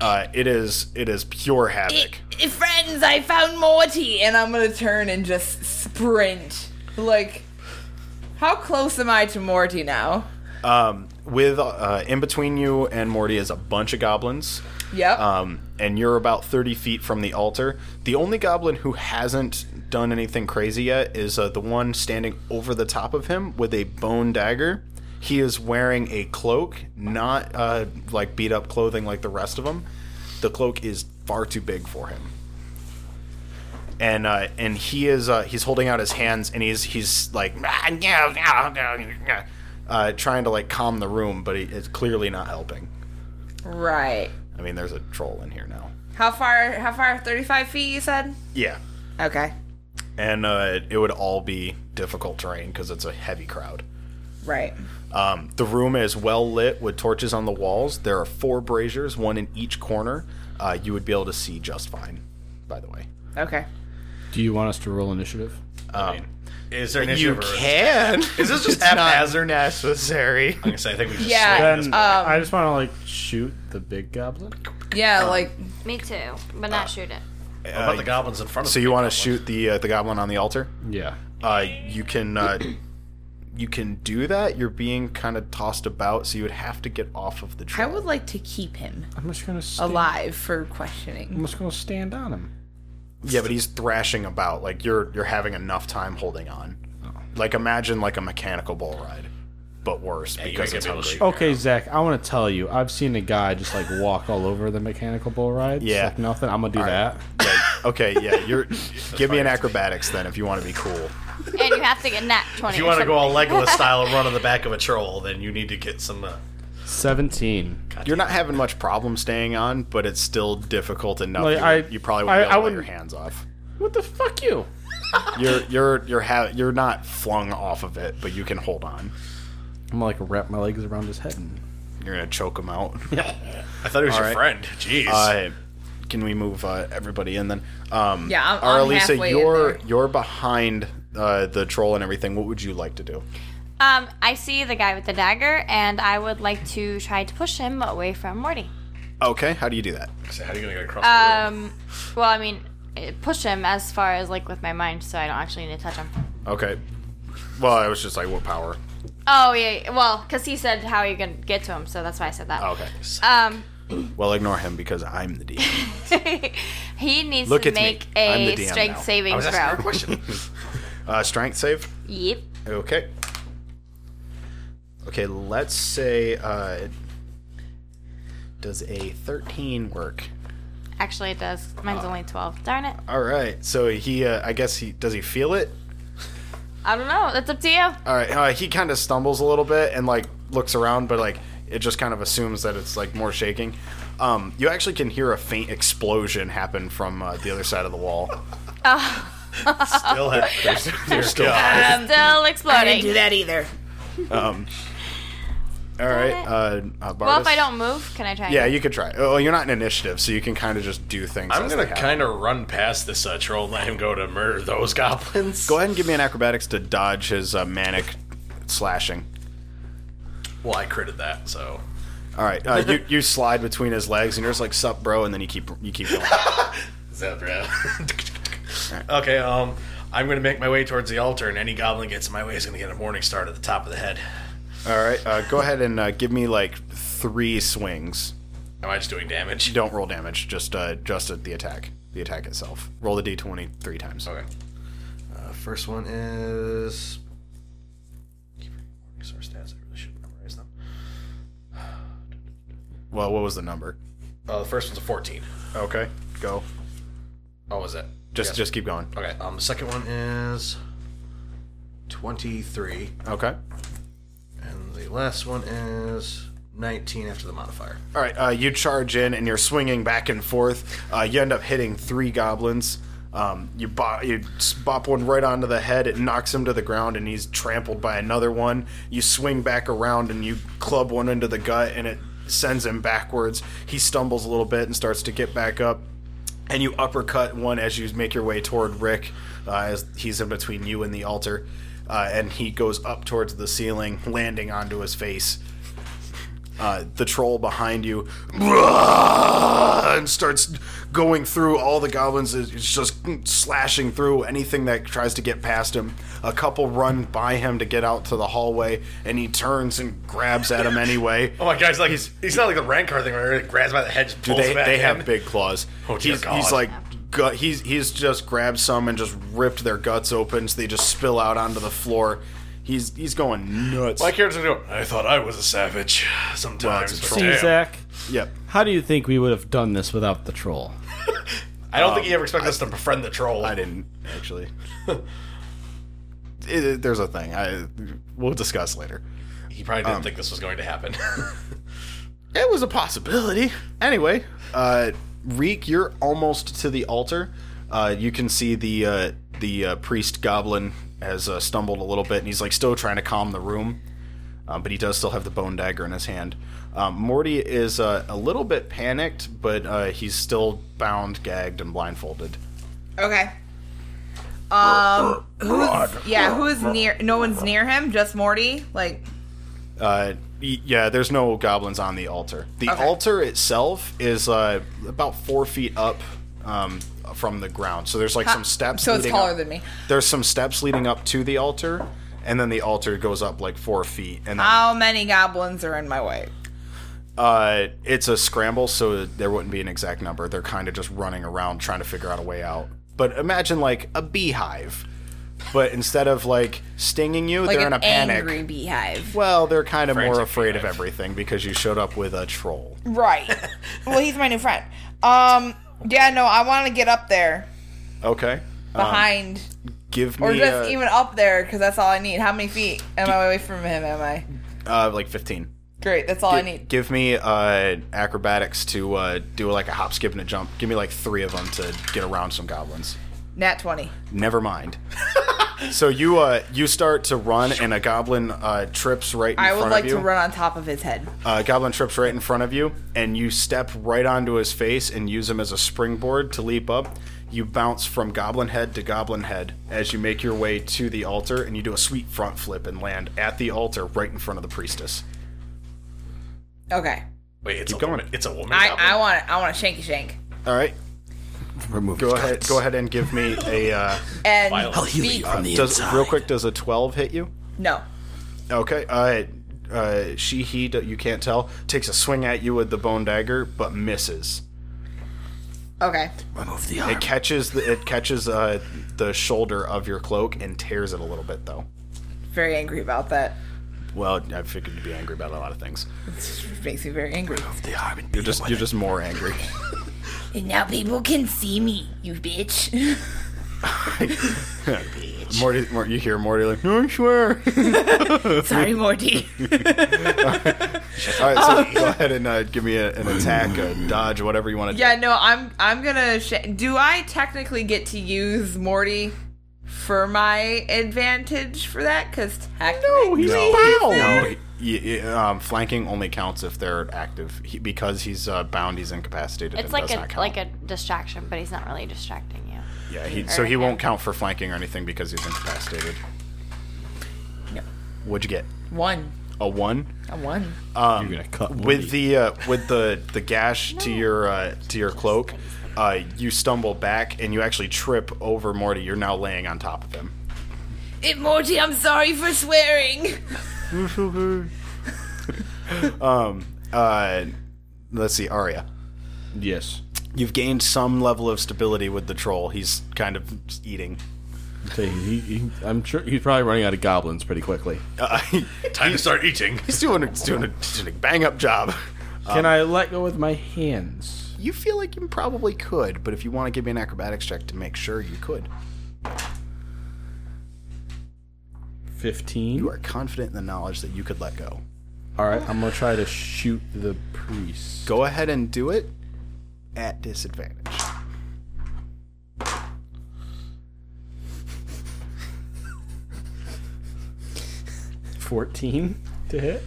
A: Uh, it is it is pure havoc.
B: Eh, Friends, I found Morty, and I'm gonna turn and just sprint. Like, how close am I to Morty now?
A: Um, with uh, in between you and Morty is a bunch of goblins,
B: Yep.
A: um, and you're about thirty feet from the altar. The only goblin who hasn't done anything crazy yet is uh, the one standing over the top of him with a bone dagger. He is wearing a cloak, not uh, like beat up clothing like the rest of them. The cloak is far too big for him and uh, and he is uh, he's holding out his hands and he's he's like uh, trying to like calm the room, but he, it's clearly not helping.
B: right.
A: I mean, there's a troll in here now.
B: How far? How far? Thirty-five feet. You said.
A: Yeah,
B: Okay.
A: and uh, it would all be difficult terrain because it's a heavy crowd.
B: Right.
A: Um, the room is well lit with torches on the walls. There are four braziers, one in each corner. Uh, you would be able to see just fine. By the way,
B: Okay.
G: Do you want us to roll initiative?
C: Is there an
A: you
C: issue?
A: can.
C: Is this just
A: Hazard
C: haphazard?
A: necessary.
C: I'm gonna say I think we just
B: Yeah.
G: Then
B: Um,
G: I just want to like shoot the big goblin.
B: yeah. Like.
D: Me too, but not shoot it.
C: What about the goblins in front of
A: Uh, So
C: me?
A: you want to shoot the uh, the goblin on the altar?
G: Yeah.
A: Uh, you can uh, you can do that. You're being kind of tossed about, so you would have to get off of the
B: I
A: troll.
B: would like to keep him
G: I'm just gonna stand,
B: alive for
G: I'm
B: questioning.
G: just gonna stand on him.
A: Yeah, but he's thrashing about. Like you're you're having enough time holding on. Like imagine like a mechanical bull ride, but worse
C: you
A: because
C: ain't
A: it's
C: gonna be able to
A: hungry.
C: shoot.
G: Okay, Zach, I want to tell you, I've seen a guy just like walk all over the mechanical bull ride. It's
A: Yeah.
G: like nothing. I'm gonna do that.
A: Like, okay, yeah, you're. give me an acrobatics then if you want to be cool.
D: And you have to get nat 20.
C: If you
D: or
C: want to go
D: something.
C: all Legolas style and run on the back of a troll, then you need to get some. Uh,
G: Seventeen.
A: You're not having much problem staying on, but it's still difficult enough.
G: Like,
A: you,
G: I-
A: you probably won't be
G: I-
A: able to
G: I
A: let your
G: wouldn't-
A: hands off.
G: What the fuck, you?
A: You're you're you're ha- you're not flung off of it, but you can hold on.
G: I'm gonna like wrap my legs around his head. And...
A: You're gonna choke him out.
C: I thought he was your
A: right.
C: friend. Jeez.
A: Uh, can we move uh, everybody in then? Um,
B: Yeah, I'm- I'm halfway in
A: you're
B: there.
A: you're behind uh, the troll and everything. What would you like to do?
D: Um, I see the guy with the dagger, and I would like to try to push him away from Morty.
A: Okay, how do you do that?
C: so how are you gonna get across? the room?
D: Um, well, I mean, eh, push him as far as like with my mind, so I don't actually need to touch him.
A: Okay, well, I was just like, what power?
D: Oh yeah, yeah, well, because he said how you can get to him, so that's why I said that.
A: Oh, Okay,
D: Um,
A: well, ignore him because I'm the DM.
D: he needs
A: Look
D: to
A: at me.
D: make
A: I'm the
D: a
A: DM
D: strength
A: now.
C: I
D: saving
C: was asking her a
D: throw.
C: question.
A: Uh, strength save.
D: Yep.
A: Okay. Okay, let's say uh, does a 13 work?
D: Actually, it does. Mine's only twelve. Darn it.
A: All right. So he, uh, I guess he does he feel it?
D: I don't know. That's up to you.
A: All right. Uh, he kind of stumbles a little bit and like looks around, but like it just kind of assumes that it's like more shaking. Um, you actually can hear a faint explosion happen from uh, the other side of the wall.
D: Oh,
C: Still have
A: They're still.
D: Still
B: I didn't do
D: exploding.
B: that either.
A: Um, all right. Uh, uh,
D: Well, if I
A: Bardis?
D: don't move, can I try?
A: Yeah, you could try. Oh, you're not an initiative, so you can kind of just do things.
C: I'm
A: as
C: gonna
A: they happen.
C: kind of run past this uh, troll and let him go to murder those goblins.
A: Go ahead and give me an acrobatics to dodge his uh, manic slashing.
C: Well, I critted that, so
A: All right, uh, you you slide between his legs, and you're just like, "Sup, bro," and then you keep you keep going.
C: Zebra. okay, um, I'm gonna make my way towards the altar, and any goblin gets in my way is gonna get a morning start at the top of the head.
A: All right, uh, go ahead and uh, give me like three swings.
C: Am I just doing damage?
A: Don't roll damage, just uh, just at the attack, the attack itself. Roll the d20 three times.
C: Okay. Uh, first one is. Keep reading morning star stats. I really should memorize them.
A: Well, what was the number?
C: Uh, the first one's a 14.
A: Okay, go.
C: What was it?
A: Just
C: Yes.
A: just keep going.
C: Okay. Um, the second one is 23,
A: Okay.
C: and the last one is 19 after the modifier.
A: All right, uh, you charge in and you're swinging back and forth. Uh, you end up hitting three goblins. Um, you bop, you s- bop one right onto the head. It knocks him to the ground, and he's trampled by another one. You swing back around and you club one into the gut, and it sends him backwards. He stumbles a little bit and starts to get back up. And you uppercut one as you make your way toward Rick, uh, as he's in between you and the altar. Uh, and he goes up towards the ceiling, landing onto his face uh, the troll behind you and starts going through all the goblins. It's it's just slashing through anything that tries to get past him. A couple run by him to get out to the hallway, and he turns and grabs at him anyway.
C: Oh my god, he's like he's, he's not like the Rancor thing where it grabs by the head, just
A: Dude,
C: pulls
A: they
C: it back
A: they
C: in.
A: have big claws.
C: Oh, dear
A: he's,
C: God.
A: he's like, gut, he's he's just grabbed some and just ripped their guts open, so they just spill out onto the floor. He's he's going nuts.
C: My character's going. I thought I was a savage sometimes.
A: Well, it's a
C: but
A: troll.
H: See,
C: damn."
H: Zach,
A: yep.
H: how do you think we would have done this without the troll?
C: I don't think he ever expected us to befriend the troll.
A: Um, I didn't actually. It- it- there's a thing. I we'll discuss later.
C: He probably
A: Um,
C: didn't think this was going to happen.
A: It was a possibility. Anyway, uh, Reek, you're almost to the altar. Uh, you can see the uh, the uh, priest goblin has uh, stumbled a little bit, and he's like still trying to calm the room, um, but he does still have the bone dagger in his hand. Um, Morty is uh, a little bit panicked, but uh, he's still bound, gagged, and blindfolded.
B: Okay.
A: Oh,
B: Um. Who's yeah? Who's near? No one's near him. Just Morty. Like
A: Uh, y- yeah, there's no goblins on the altar. The
B: Okay.
A: altar itself is uh, about four feet up um, from the ground. So there's like some steps.
B: so it's
A: leading
B: taller
A: up-
B: than me.
A: There's some steps leading up to the altar, and then the altar goes up like four feet, and then
B: how many goblins are in my way?
A: uh, it's a scramble, so there wouldn't be an exact number. They're kind of just running around trying to figure out a way out. But imagine like a beehive, but instead of like stinging you,
B: Like
A: they're
B: an
A: in a panic.
B: angry beehive.
A: Well, they're kind of more
C: Frantic
A: afraid of
C: beehive.
A: everything because you showed up with a troll.
B: Right. well, he's my new friend. Um. Yeah. No, I want to get up there
A: Okay.
B: behind,
A: Give Uh, me
B: or just
A: uh,
B: even up there because that's all I need. How many feet am I away from him? Am I?
A: uh, like fifteen.
B: Great. That's all I need.
A: Give me uh, acrobatics to uh, do like a hop, skip, and a jump. Give me like three of them to get around some goblins.
B: Nat twenty.
A: Never mind. so you uh, you start to run, and a goblin uh, trips right in
B: I
A: front
B: would like
A: of you.
B: to run on top of his head.
A: Uh, goblin trips right in front of you, and you step right onto his face and use him as a springboard to leap up. You bounce from goblin head to goblin head as you make your way to the altar, and you do a sweet front flip and land at the altar right in front of the priestess.
B: Okay.
C: Wait, it's
A: Keep
C: a
A: going.
C: woman. It's a woman.
B: I
C: goblin?
B: I want I want to shanky shank
A: All right,
E: Remove
A: go ahead. Go ahead and give me a. Uh,
B: and
E: I'll heal
B: be-
E: you from the
A: does
E: inside.
A: real quick? Does a twelve hit you?
B: no.
A: Okay. Uh, uh, she he d- you can't tell takes a swing at you with the bone dagger but misses.
B: Okay.
E: Remove the arm.
A: It catches the it catches uh, the shoulder of your cloak and tears it a little bit though.
B: Very angry about that.
A: Well, I figured you'd be angry about a lot of things.
B: Which makes me very angry.
E: Remove the arm and beat
A: You're just you're just more angry.
B: And now people can see me, you bitch.
A: Morty, Mor- you hear Morty like, no, I swear.
B: Sorry, Morty.
A: All right, so go ahead and uh, give me a, an attack, a dodge, whatever you want to
B: yeah, no, I'm I'm gonna. Sh- Do I technically get to use Morty for my advantage for that? Because technically, no,
A: do.
B: he's
A: no, y- y- um, flanking only counts if they're active he, because he's uh, bound. He's incapacitated.
D: It's
A: and
D: like
A: does not
D: a
A: count.
D: like a distraction, but he's not really distracting you.
A: yeah. He, so he won't count for flanking or anything because he's incapacitated.
B: No.
A: What'd you get?
B: one,
A: A one
B: a one.
H: You're gonna cut
A: with the uh, with the the gash to your uh, to your cloak. Uh, you stumble back and you actually trip over Morty. You're now laying on top of him.
B: It, Morty, I'm sorry for swearing.
A: Uh, let's see, Arya.
F: Yes.
A: You've gained some level of stability with the troll. He's kind of just eating.
F: He, he, he, I'm sure he's probably running out of goblins pretty quickly.
A: Uh,
C: Time to start eating.
A: he's doing he's doing a, he's doing a bang up job.
G: Uh,
F: Can I let go with my hands?
A: You feel like you probably could, but if you want to give me an acrobatics check to make sure you could,
F: Fifteen.
A: you are confident in the knowledge that you could let go.
F: All right, I'm gonna try to shoot the priest.
A: Go ahead and do it at disadvantage.
G: Fourteen to hit.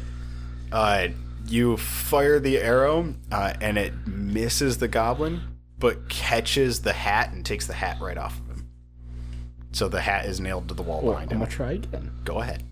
A: Uh, you fire the arrow, uh, and it misses the goblin, but catches the hat and takes the hat right off of him. So the hat is nailed to the wall
G: Well, I'm
A: behind him.
G: gonna try again.
A: Go ahead.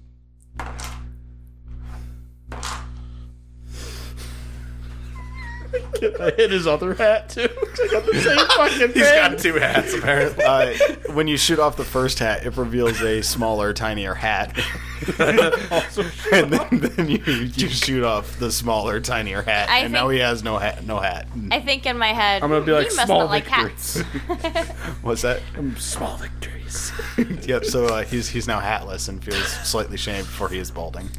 G: I hit his other hat too. 'Cause I got the same fucking
C: He's got
G: thing.
C: two hats apparently.
A: Uh, when you shoot off the first hat, it reveals a smaller, tinier hat. and then, then you, you shoot off the smaller, tinier hat,
D: I
A: and now
D: think-
A: he has no hat. No hat.
D: I think in my head, I'm
G: gonna be like,
D: he must
G: "Small
D: not like
G: victories."
D: cats.
A: What's that?
F: Small victories.
A: Yep. So uh, he's he's now hatless and feels slightly shamed before he is balding.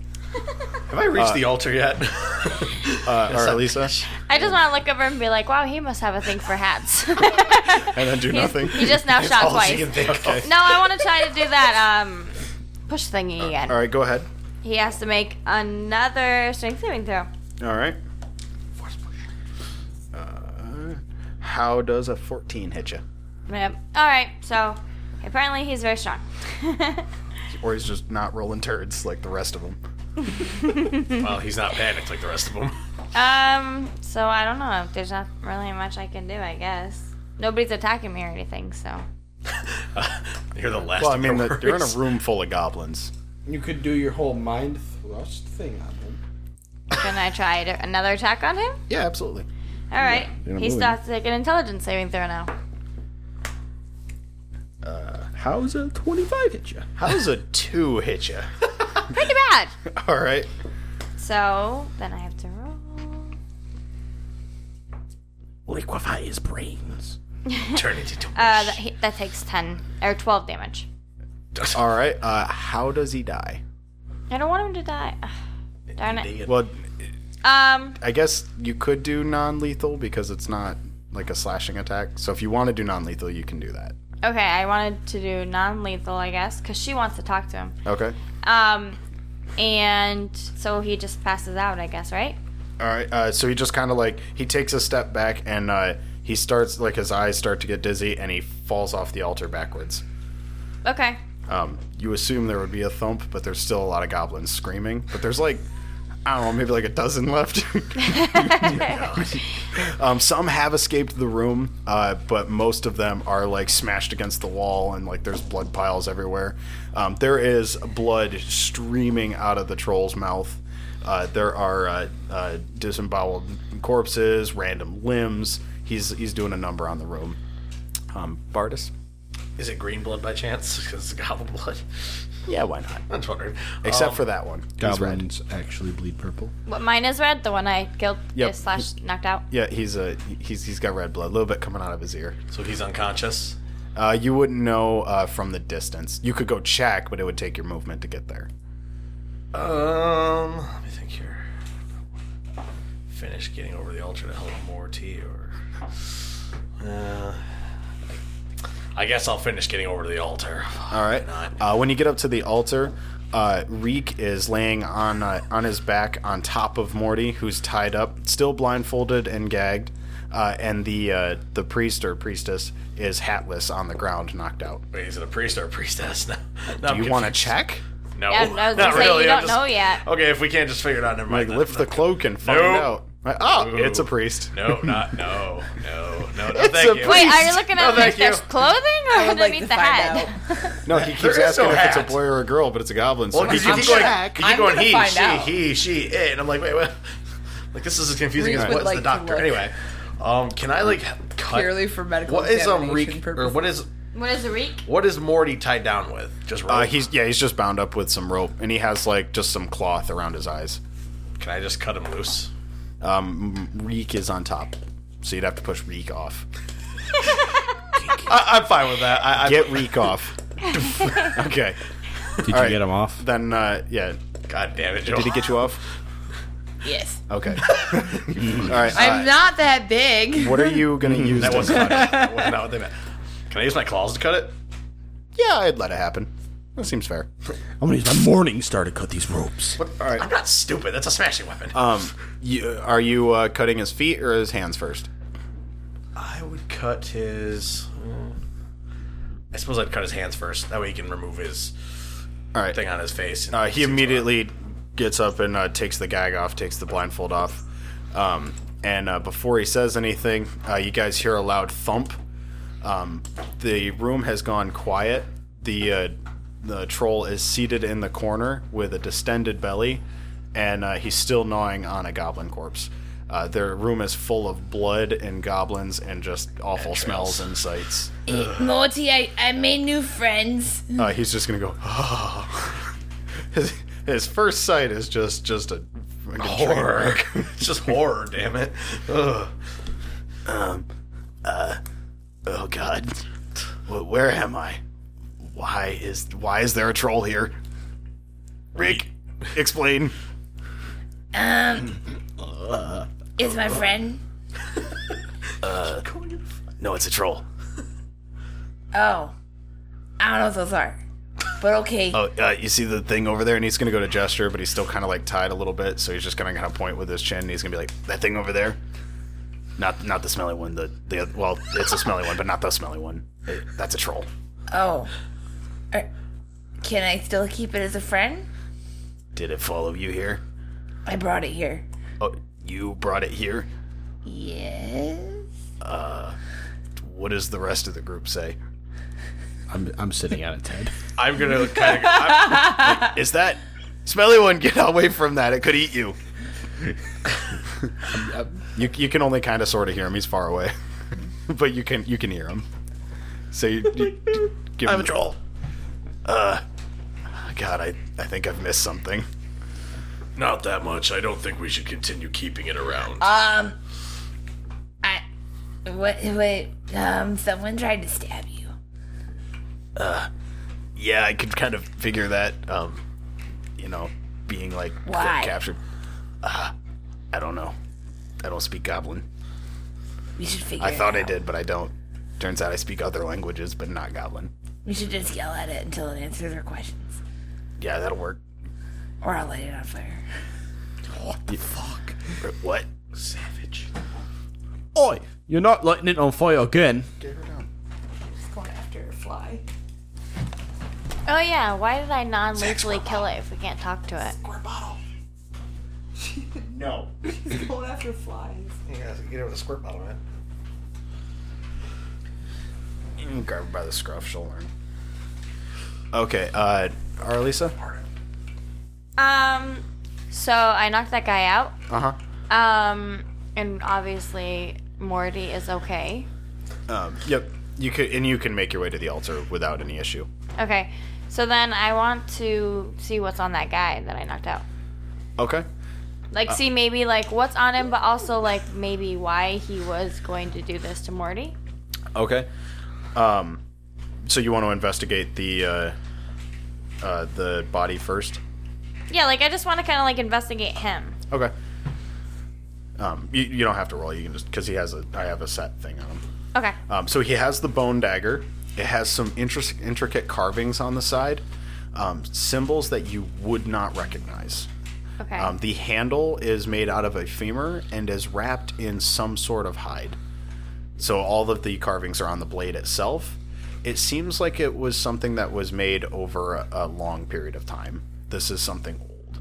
C: Have I reached the altar yet?
A: Uh, all right, Lisa,
D: I just want to look over and be like, wow, he must have a thing for hats.
A: and then do nothing.
D: he just now shot
A: All she
D: twice.
A: can think of.
D: No, I want to try to do that um push thingy again.
A: All right, go ahead.
D: He has to make another strength saving throw.
A: All right. Uh, how does a 14 hit you?
D: Yep. All right. So apparently he's very strong.
A: Or he's just not rolling turds like the rest of them.
C: well, he's not panicked like the rest of them.
D: um. So I don't know. There's not really much I can do. I guess nobody's attacking me or anything. So
C: You're the last.
A: Well, I mean,
C: of
A: the,
C: the
A: you're in a room full of goblins.
G: You could do your whole mind thrust thing on him.
D: can I try to, another attack on him?
A: Yeah, absolutely.
D: All right.
F: they're not
D: he still
F: moving.
D: has to take an intelligence saving throw now.
F: How's a twenty-five hit you?
A: How does a 2 hit you?
D: Pretty bad.
A: All right.
D: So then I have to roll.
F: Liquefy his brains.
C: Turn it into.
D: Uh, that, he, that takes ten or twelve damage.
A: All right. Uh, how does he die?
D: I don't want him to die. Ugh, Darn it.
A: Well,
D: Um.
A: I guess you could do non lethal because it's not like a slashing attack. So if you want to do non lethal, you can do that.
D: Okay. I wanted to do non-lethal, I guess, because she wants to talk to him.
A: Okay.
D: Um, and so he just passes out, I guess, right?
A: All right. Uh, so he just kind of like he takes a step back and uh, he starts like his eyes start to get dizzy and he falls off the altar backwards.
D: Okay.
A: Um, you assume there would be a thump, but there's still a lot of goblins screaming. But there's like I don't know, maybe like a dozen left. um, some have escaped the room, uh, but most of them are like smashed against the wall and like there's blood piles everywhere. Um, there is blood streaming out of the troll's mouth. Uh, there are uh, uh, disemboweled corpses, random limbs. He's he's doing a number on the room. Um, Bardis.
C: Is it green blood by chance? Because it's goblin blood.
A: Yeah, why not?
C: I was wondering.
A: Except
C: Um,
A: for that one. He's red.
F: Goblins actually bleed purple.
D: What mine is red, the one I killed
A: Yep.
D: slash knocked out.
A: Yeah, he's a he's he's got red blood, a little bit coming out of his ear.
C: So he's unconscious.
A: Uh, you wouldn't know uh, from the distance. You could go check, but it would take your movement to get there.
C: Um, let me think here. Finish getting over the altar to help Morty, or uh, I guess I'll finish getting over to the altar.
A: All right.
C: Why not?
A: Uh, when you get up to the altar, uh, Reek is laying on uh, on his back on top of Morty, who's tied up, still blindfolded and gagged, uh, and the uh, the priest or priestess is hatless on the ground, knocked out.
C: Wait, is it a priest or a priestess? No.
A: Do you want to check?
C: No.
D: Yeah, I was gonna
C: not
D: say,
C: really. Oh.
D: you
C: I'm
D: don't know yet.
C: Okay, if we can't just figure it out, never
A: Like
C: mind.
A: lift the cloak and find
C: Nope.
A: out. Like, Oh, it's a priest.
C: No, not no, no, no, no.
A: It's
C: thank
A: a
C: you.
D: Wait,
A: priest.
D: are you looking
C: No,
D: at
C: thank you.
D: there's clothing or
B: I would like
D: underneath
B: to
D: the
B: find
D: head?
B: out.
A: No, he keeps
C: There is
A: asking
C: no
A: if it's a
C: hat.
A: boy or a girl, but it's a goblin. So
C: Well, because you
B: I'm
C: keep going,
B: check.
C: you keep
B: I'm
C: going
B: gonna
C: he,
B: find
C: she,
B: out.
C: he, she, it, and I'm like, wait, wait. Like this is as confusing
B: Reese
C: as
B: would
C: what's
B: like
C: the
B: to
C: doctor.
B: look.
C: Anyway, um, can I like cut?
B: Purely for medical
C: what is um
B: examination
C: Reek, or
B: purposes.
C: what is
D: What is the reek?
C: what is Morty tied down with? Just rope.
A: Uh, he's yeah, he's just bound up with some rope, and he has like just some cloth around his eyes.
C: Can I just cut him loose?
A: Um, Reek is on top, so you'd have to push Reek off. I, I'm fine with that. I, I get Reek off. okay,
H: Did you
A: All right.
H: get him off?
A: then uh, yeah.
C: God damn it, Joel.
A: Did he get you off?
B: Yes.
A: Okay. All right.
B: I'm
A: uh,
B: not that big.
A: what are you gonna use?
C: That
A: to-
C: wasn't, that was not what they meant. Can I use my claws to cut it?
A: yeah, I'd let it happen. That seems fair.
E: I'm gonna use my morning star to cut these ropes.
C: I'm not stupid. That's a smashing weapon.
A: Um, you, are you uh, cutting his feet or his hands first?
C: I would cut his. hmm. I suppose I'd cut his hands first. That way he can remove his
A: All right.
C: thing on his face. and
A: Uh, he
C: see what's
A: immediately gets up and uh, takes the gag off, takes the blindfold off. Um, and uh, before he says anything, uh, you guys hear a loud thump. Um, the room has gone quiet. The uh, the troll is seated in the corner with a distended belly, and uh, he's still gnawing on a goblin corpse. Uh, their room is full of blood and goblins and just awful smells and sights.
B: Morty, I, I made new friends.
A: Uh, he's just gonna go. "Ah." his, his first sight is just just a fucking train
C: horror.
A: wreck.
C: it's just horror, damn it. Ugh.
A: Oh God, Wh- where am I? Why is why is there a troll here? Rick, explain.
B: Is my friend.
A: No, it's a troll.
B: Oh. I don't know what those are. But okay.
A: Oh, uh, you see the thing over there, and he's gonna go to gesture, but he's still kind of like tied a little bit, so he's just gonna kind of point with his chin, and he's gonna be like, "That thing over there." Not not the smelly one. The the oth- well, it's a smelly one, but not the smelly one. Eh, That's a troll.
B: Oh. Er, Can I still keep it as a friend?
A: Did it follow you here?
B: I brought it here.
A: Oh, you brought it here.
B: Yes.
A: What does the rest of the group say?
H: I'm, I'm sitting on it, Ted.
C: I'm gonna kind of. I'm,
A: Is that smelly one? Get away from that! It could eat you. you you can only kind of sort of hear him. He's far away, but you can you can hear him. So you, you give him Uh,
C: I'm a troll.
A: God, I I think I've missed something.
C: Not that much. I don't think we should continue keeping it around.
D: Uh,
B: Um. I. What? Wait. Um. Someone tried to stab you.
A: Yeah, I could kind of figure that. Um, you know, being like ca-
B: Why?
A: captured. Uh, I don't know. I don't speak Goblin.
B: We should figure.
A: I
B: it
A: thought I
B: out.
A: did, but I don't. Turns out I speak other languages, but not Goblin.
B: We should just yell at it until it answers our questions,
A: Yeah, that'll work.
B: or I'll light it on fire.
A: What?
C: Savage.
F: Oi, you're not lighting it on fire again.
B: Going after a fly.
D: Oh yeah, why did I non-lethally kill it if we can't talk to it?
C: No.
B: Going after flies.
C: You guys get over the squirt bottle, man.
A: Grab her by the scruff, she'll learn. Okay, uh, Arlisa?
D: Um, so I knocked that guy out.
A: Uh huh.
D: Um, and obviously Morty is okay.
A: Um, yep. You could, and you can make your way to the altar without any issue.
D: Okay, so then I want to see what's on that guy that I knocked out.
A: Okay.
D: Like,
C: Uh.
D: see maybe like what's on him, but also like maybe why he was going to do this to Morty.
A: Okay. Um, so you want to investigate the, uh, uh, the body first?
D: Yeah, like I just want to kind of like investigate him.
A: Okay. Um, you, you don't have to roll. You can just, because he has a, I have a set thing on him.
D: Okay.
A: Um, so he has the bone dagger. It has some interest, intricate carvings on the side. um, symbols that you would not recognize.
D: Okay.
A: Um, the handle is made out of a femur and is wrapped in some sort of hide. So all of the carvings are on the blade itself. It seems like it was something that was made over a, a long period of time. This is something old.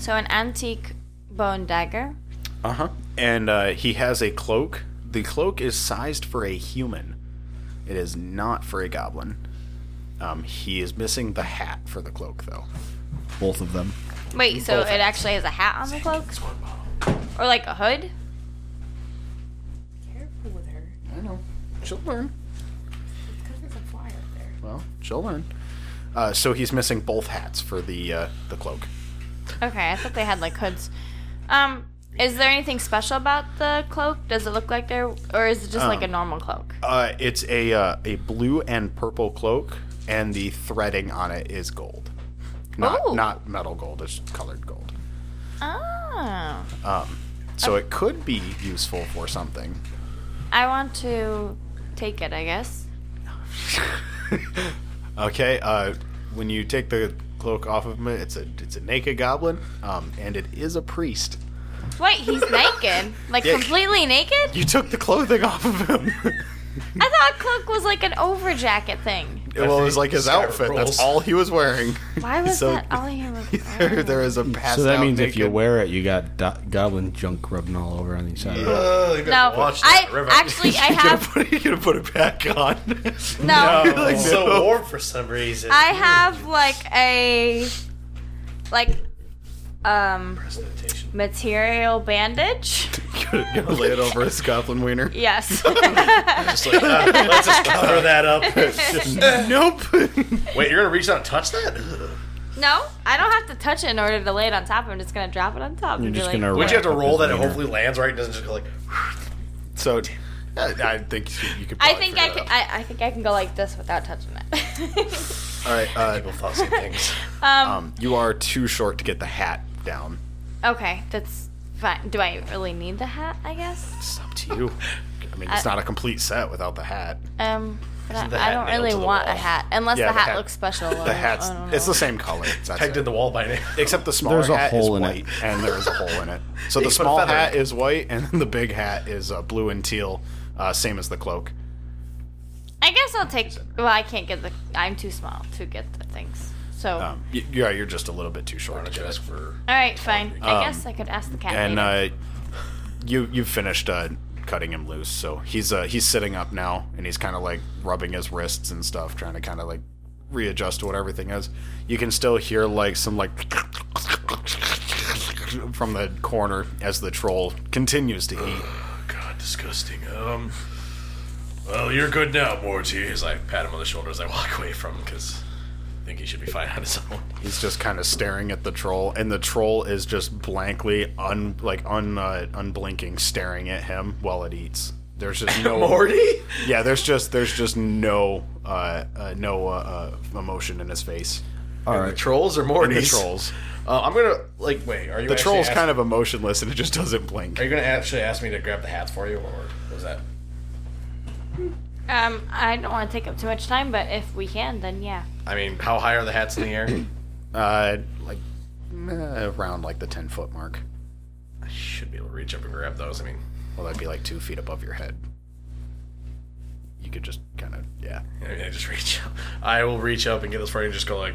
D: so an antique bone dagger.
A: Uh-huh. And uh, he has a cloak. The cloak is sized for a human. It is not for a goblin. Um, he is missing the hat for the cloak, though.
H: Both of them.
D: Wait, so it actually has a hat on the cloak? Or like a hood?
I: Careful with her.
A: She'll learn.
I: Because there's a fly up there.
A: Well, she'll learn. Uh, so he's missing both hats for the uh, the cloak.
D: Okay, I thought they had like hoods. Um, is there anything special about the cloak? Does it look like there, or is it just like a normal cloak?
A: Um, Uh, it's a uh, a blue and purple cloak, and the threading on it is gold. Not
D: Oh.
A: not metal gold. It's colored gold.
D: Oh,
I: Oh.
A: So it could be useful for something.
D: I want to take it. I guess.
A: Okay, uh, when you take the cloak off of him, it's a it's a naked goblin, um, and it is a priest.
D: Wait, he's naked, like
A: Yeah.
D: completely naked.
A: You took the clothing off of him.
D: I thought cloak was like an over jacket thing.
A: well, it was like his
C: Skyrim
A: outfit.
C: rules.
A: That's all he was wearing.
D: Why was
A: So-
D: that all he was?
A: there, there is a passed
H: so that
A: out
H: means if you
A: naked-
H: wear it, you got do- goblin junk rubbing all over on each side. of it.
C: Uh, you better
D: No,
C: watch that
D: I
C: river.
D: actually I
A: You're gonna
D: have
A: put, you're gonna put it back on.
D: no.
C: it's so warm for some reason.
D: I have like a like um
C: Presentation.
D: material bandage.
A: you're gonna lay it over his goblin wiener.
D: Yes.
C: Just like, uh, let's just cover that up.
A: nope.
C: Wait, you're gonna reach out and touch that? Ugh.
D: no, I don't have to touch it in order to lay it on top. I'm just gonna drop it on top.
H: You're
D: and be
H: just
D: like,
H: gonna.
C: Would
H: wrap
C: you have to
H: up
C: roll
H: his
C: that it
H: wiener.
C: hopefully lands right and doesn't just go like?
A: so, I, I think you could.
D: I
A: probably
D: think
A: figure
D: I
A: it
D: can.
A: out.
D: I, I think I can go like this without touching it.
A: All right. Uh,
C: People thought same things.
A: um, you are too short to get the hat down.
D: okay, that's fine. Do I really need the hat? I guess.
A: It's up to you. I mean, it's
D: I-
A: not a complete set without the hat.
D: Um, but I,
C: the
D: I
C: hat
D: don't
C: nailed
D: really
C: to the
D: want a
C: wall?
D: hat unless
A: Yeah,
D: the
A: the
D: hat,
A: hat-
D: looks special.
A: The hat's it's the same color. That's
C: Pegged
A: it.
C: in the wall by now.
A: Except the smaller
H: There's a
A: hat
H: hole
A: is
H: in
A: white,
H: it.
A: and there is a hole in it. So the
C: can put a
A: small
C: feather in
A: hat
C: it.
A: is white, and the big hat is uh, blue and teal, uh, same as the cloak.
D: I guess I'll take. Well, I can't get the. I'm too small to get the things. So.
A: Um, y- yeah, you're just a little bit too short to get it.
C: Just for
D: All right, fine. I guess I could ask the cat.
A: Um, And
D: later.
A: uh, you you've finished uh, cutting him loose, so he's uh, he's sitting up now, and he's kind of like rubbing his wrists and stuff, trying to kind of like readjust to what everything is. You can still hear like some like from the corner as the troll continues to eat.
C: God, disgusting. Um. Well, you're good now, Morty. As I pat him on the shoulder as I walk away from him, because I think he should be fine on his own.
A: He's just kind of staring at the troll, and the troll is just blankly, un like un uh, unblinking, staring at him while it eats. There's just no
C: Morty?
A: Yeah, there's just there's just no uh, uh no uh, uh emotion in his face.
H: All
C: The
H: right.
C: trolls or
A: In
C: Morty?
A: the trolls,
C: Uh, I'm gonna like wait. Are you
A: the troll's kind of emotionless, and it just doesn't blink.
C: Are you gonna actually ask me to grab the hats for you, or what was that?
D: um, I don't want to take up too much time, but if we can, then yeah.
C: I mean, how high are the hats in the air?
A: Uh, like eh, around like the ten foot mark.
C: I should be able to reach up and grab those. I mean,
A: Well, that'd be like two feet above your head. You could just kind of yeah.
C: I, mean, I just reach up. I will reach up and get those for you, and just go like,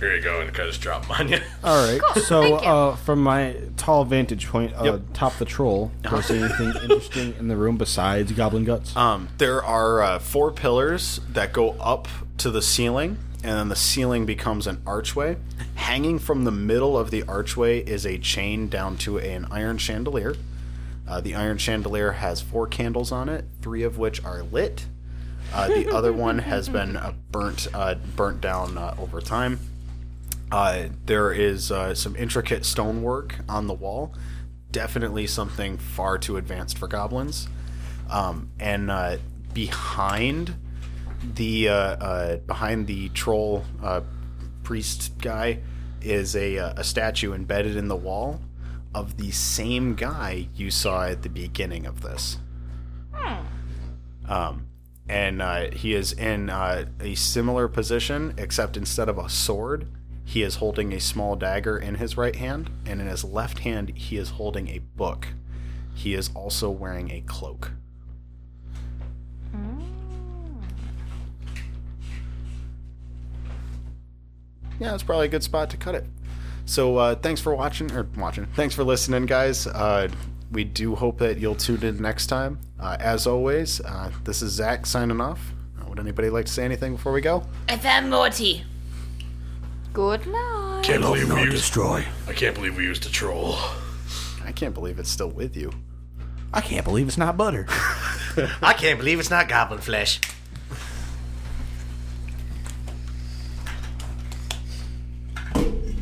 C: "Here you go," and kind of just drop them on you.
H: All right. so,
D: thank you.
H: uh, from my tall vantage point uh, atop the troll, do I see anything interesting in the room besides goblin guts?
A: Um, there are uh, four pillars that go up to the ceiling, and then the ceiling becomes an archway. Hanging from the middle of the archway is a chain down to an iron chandelier. Uh, the iron chandelier has four candles on it, three of which are lit. Uh, the other one has been uh, burnt, uh, burnt down uh, over time. Uh, there is uh, some intricate stonework on the wall. Definitely something far too advanced for goblins. Um, and uh, behind the uh, uh, behind the troll uh, priest guy is a, uh, a statue embedded in the wall of the same guy you saw at the beginning of this. Um, and uh, he is in uh, a similar position, except instead of a sword, he is holding a small dagger in his right hand, and in his left hand, he is holding a book. He is also wearing a cloak. Yeah, that's probably a good spot to cut it. So uh, thanks for watching or watching. Thanks for listening, guys. Uh, we do hope that you'll tune in next time. Uh, as always, uh, this is Zach signing off. Uh, would anybody like to say anything before we go?
B: I found Morty.
D: Good night.
C: Can't believe we
E: Not
C: used.
E: destroy.
C: I can't believe we used a troll.
A: I can't believe it's still with you.
H: I can't believe it's not butter.
C: I can't believe it's not goblin flesh.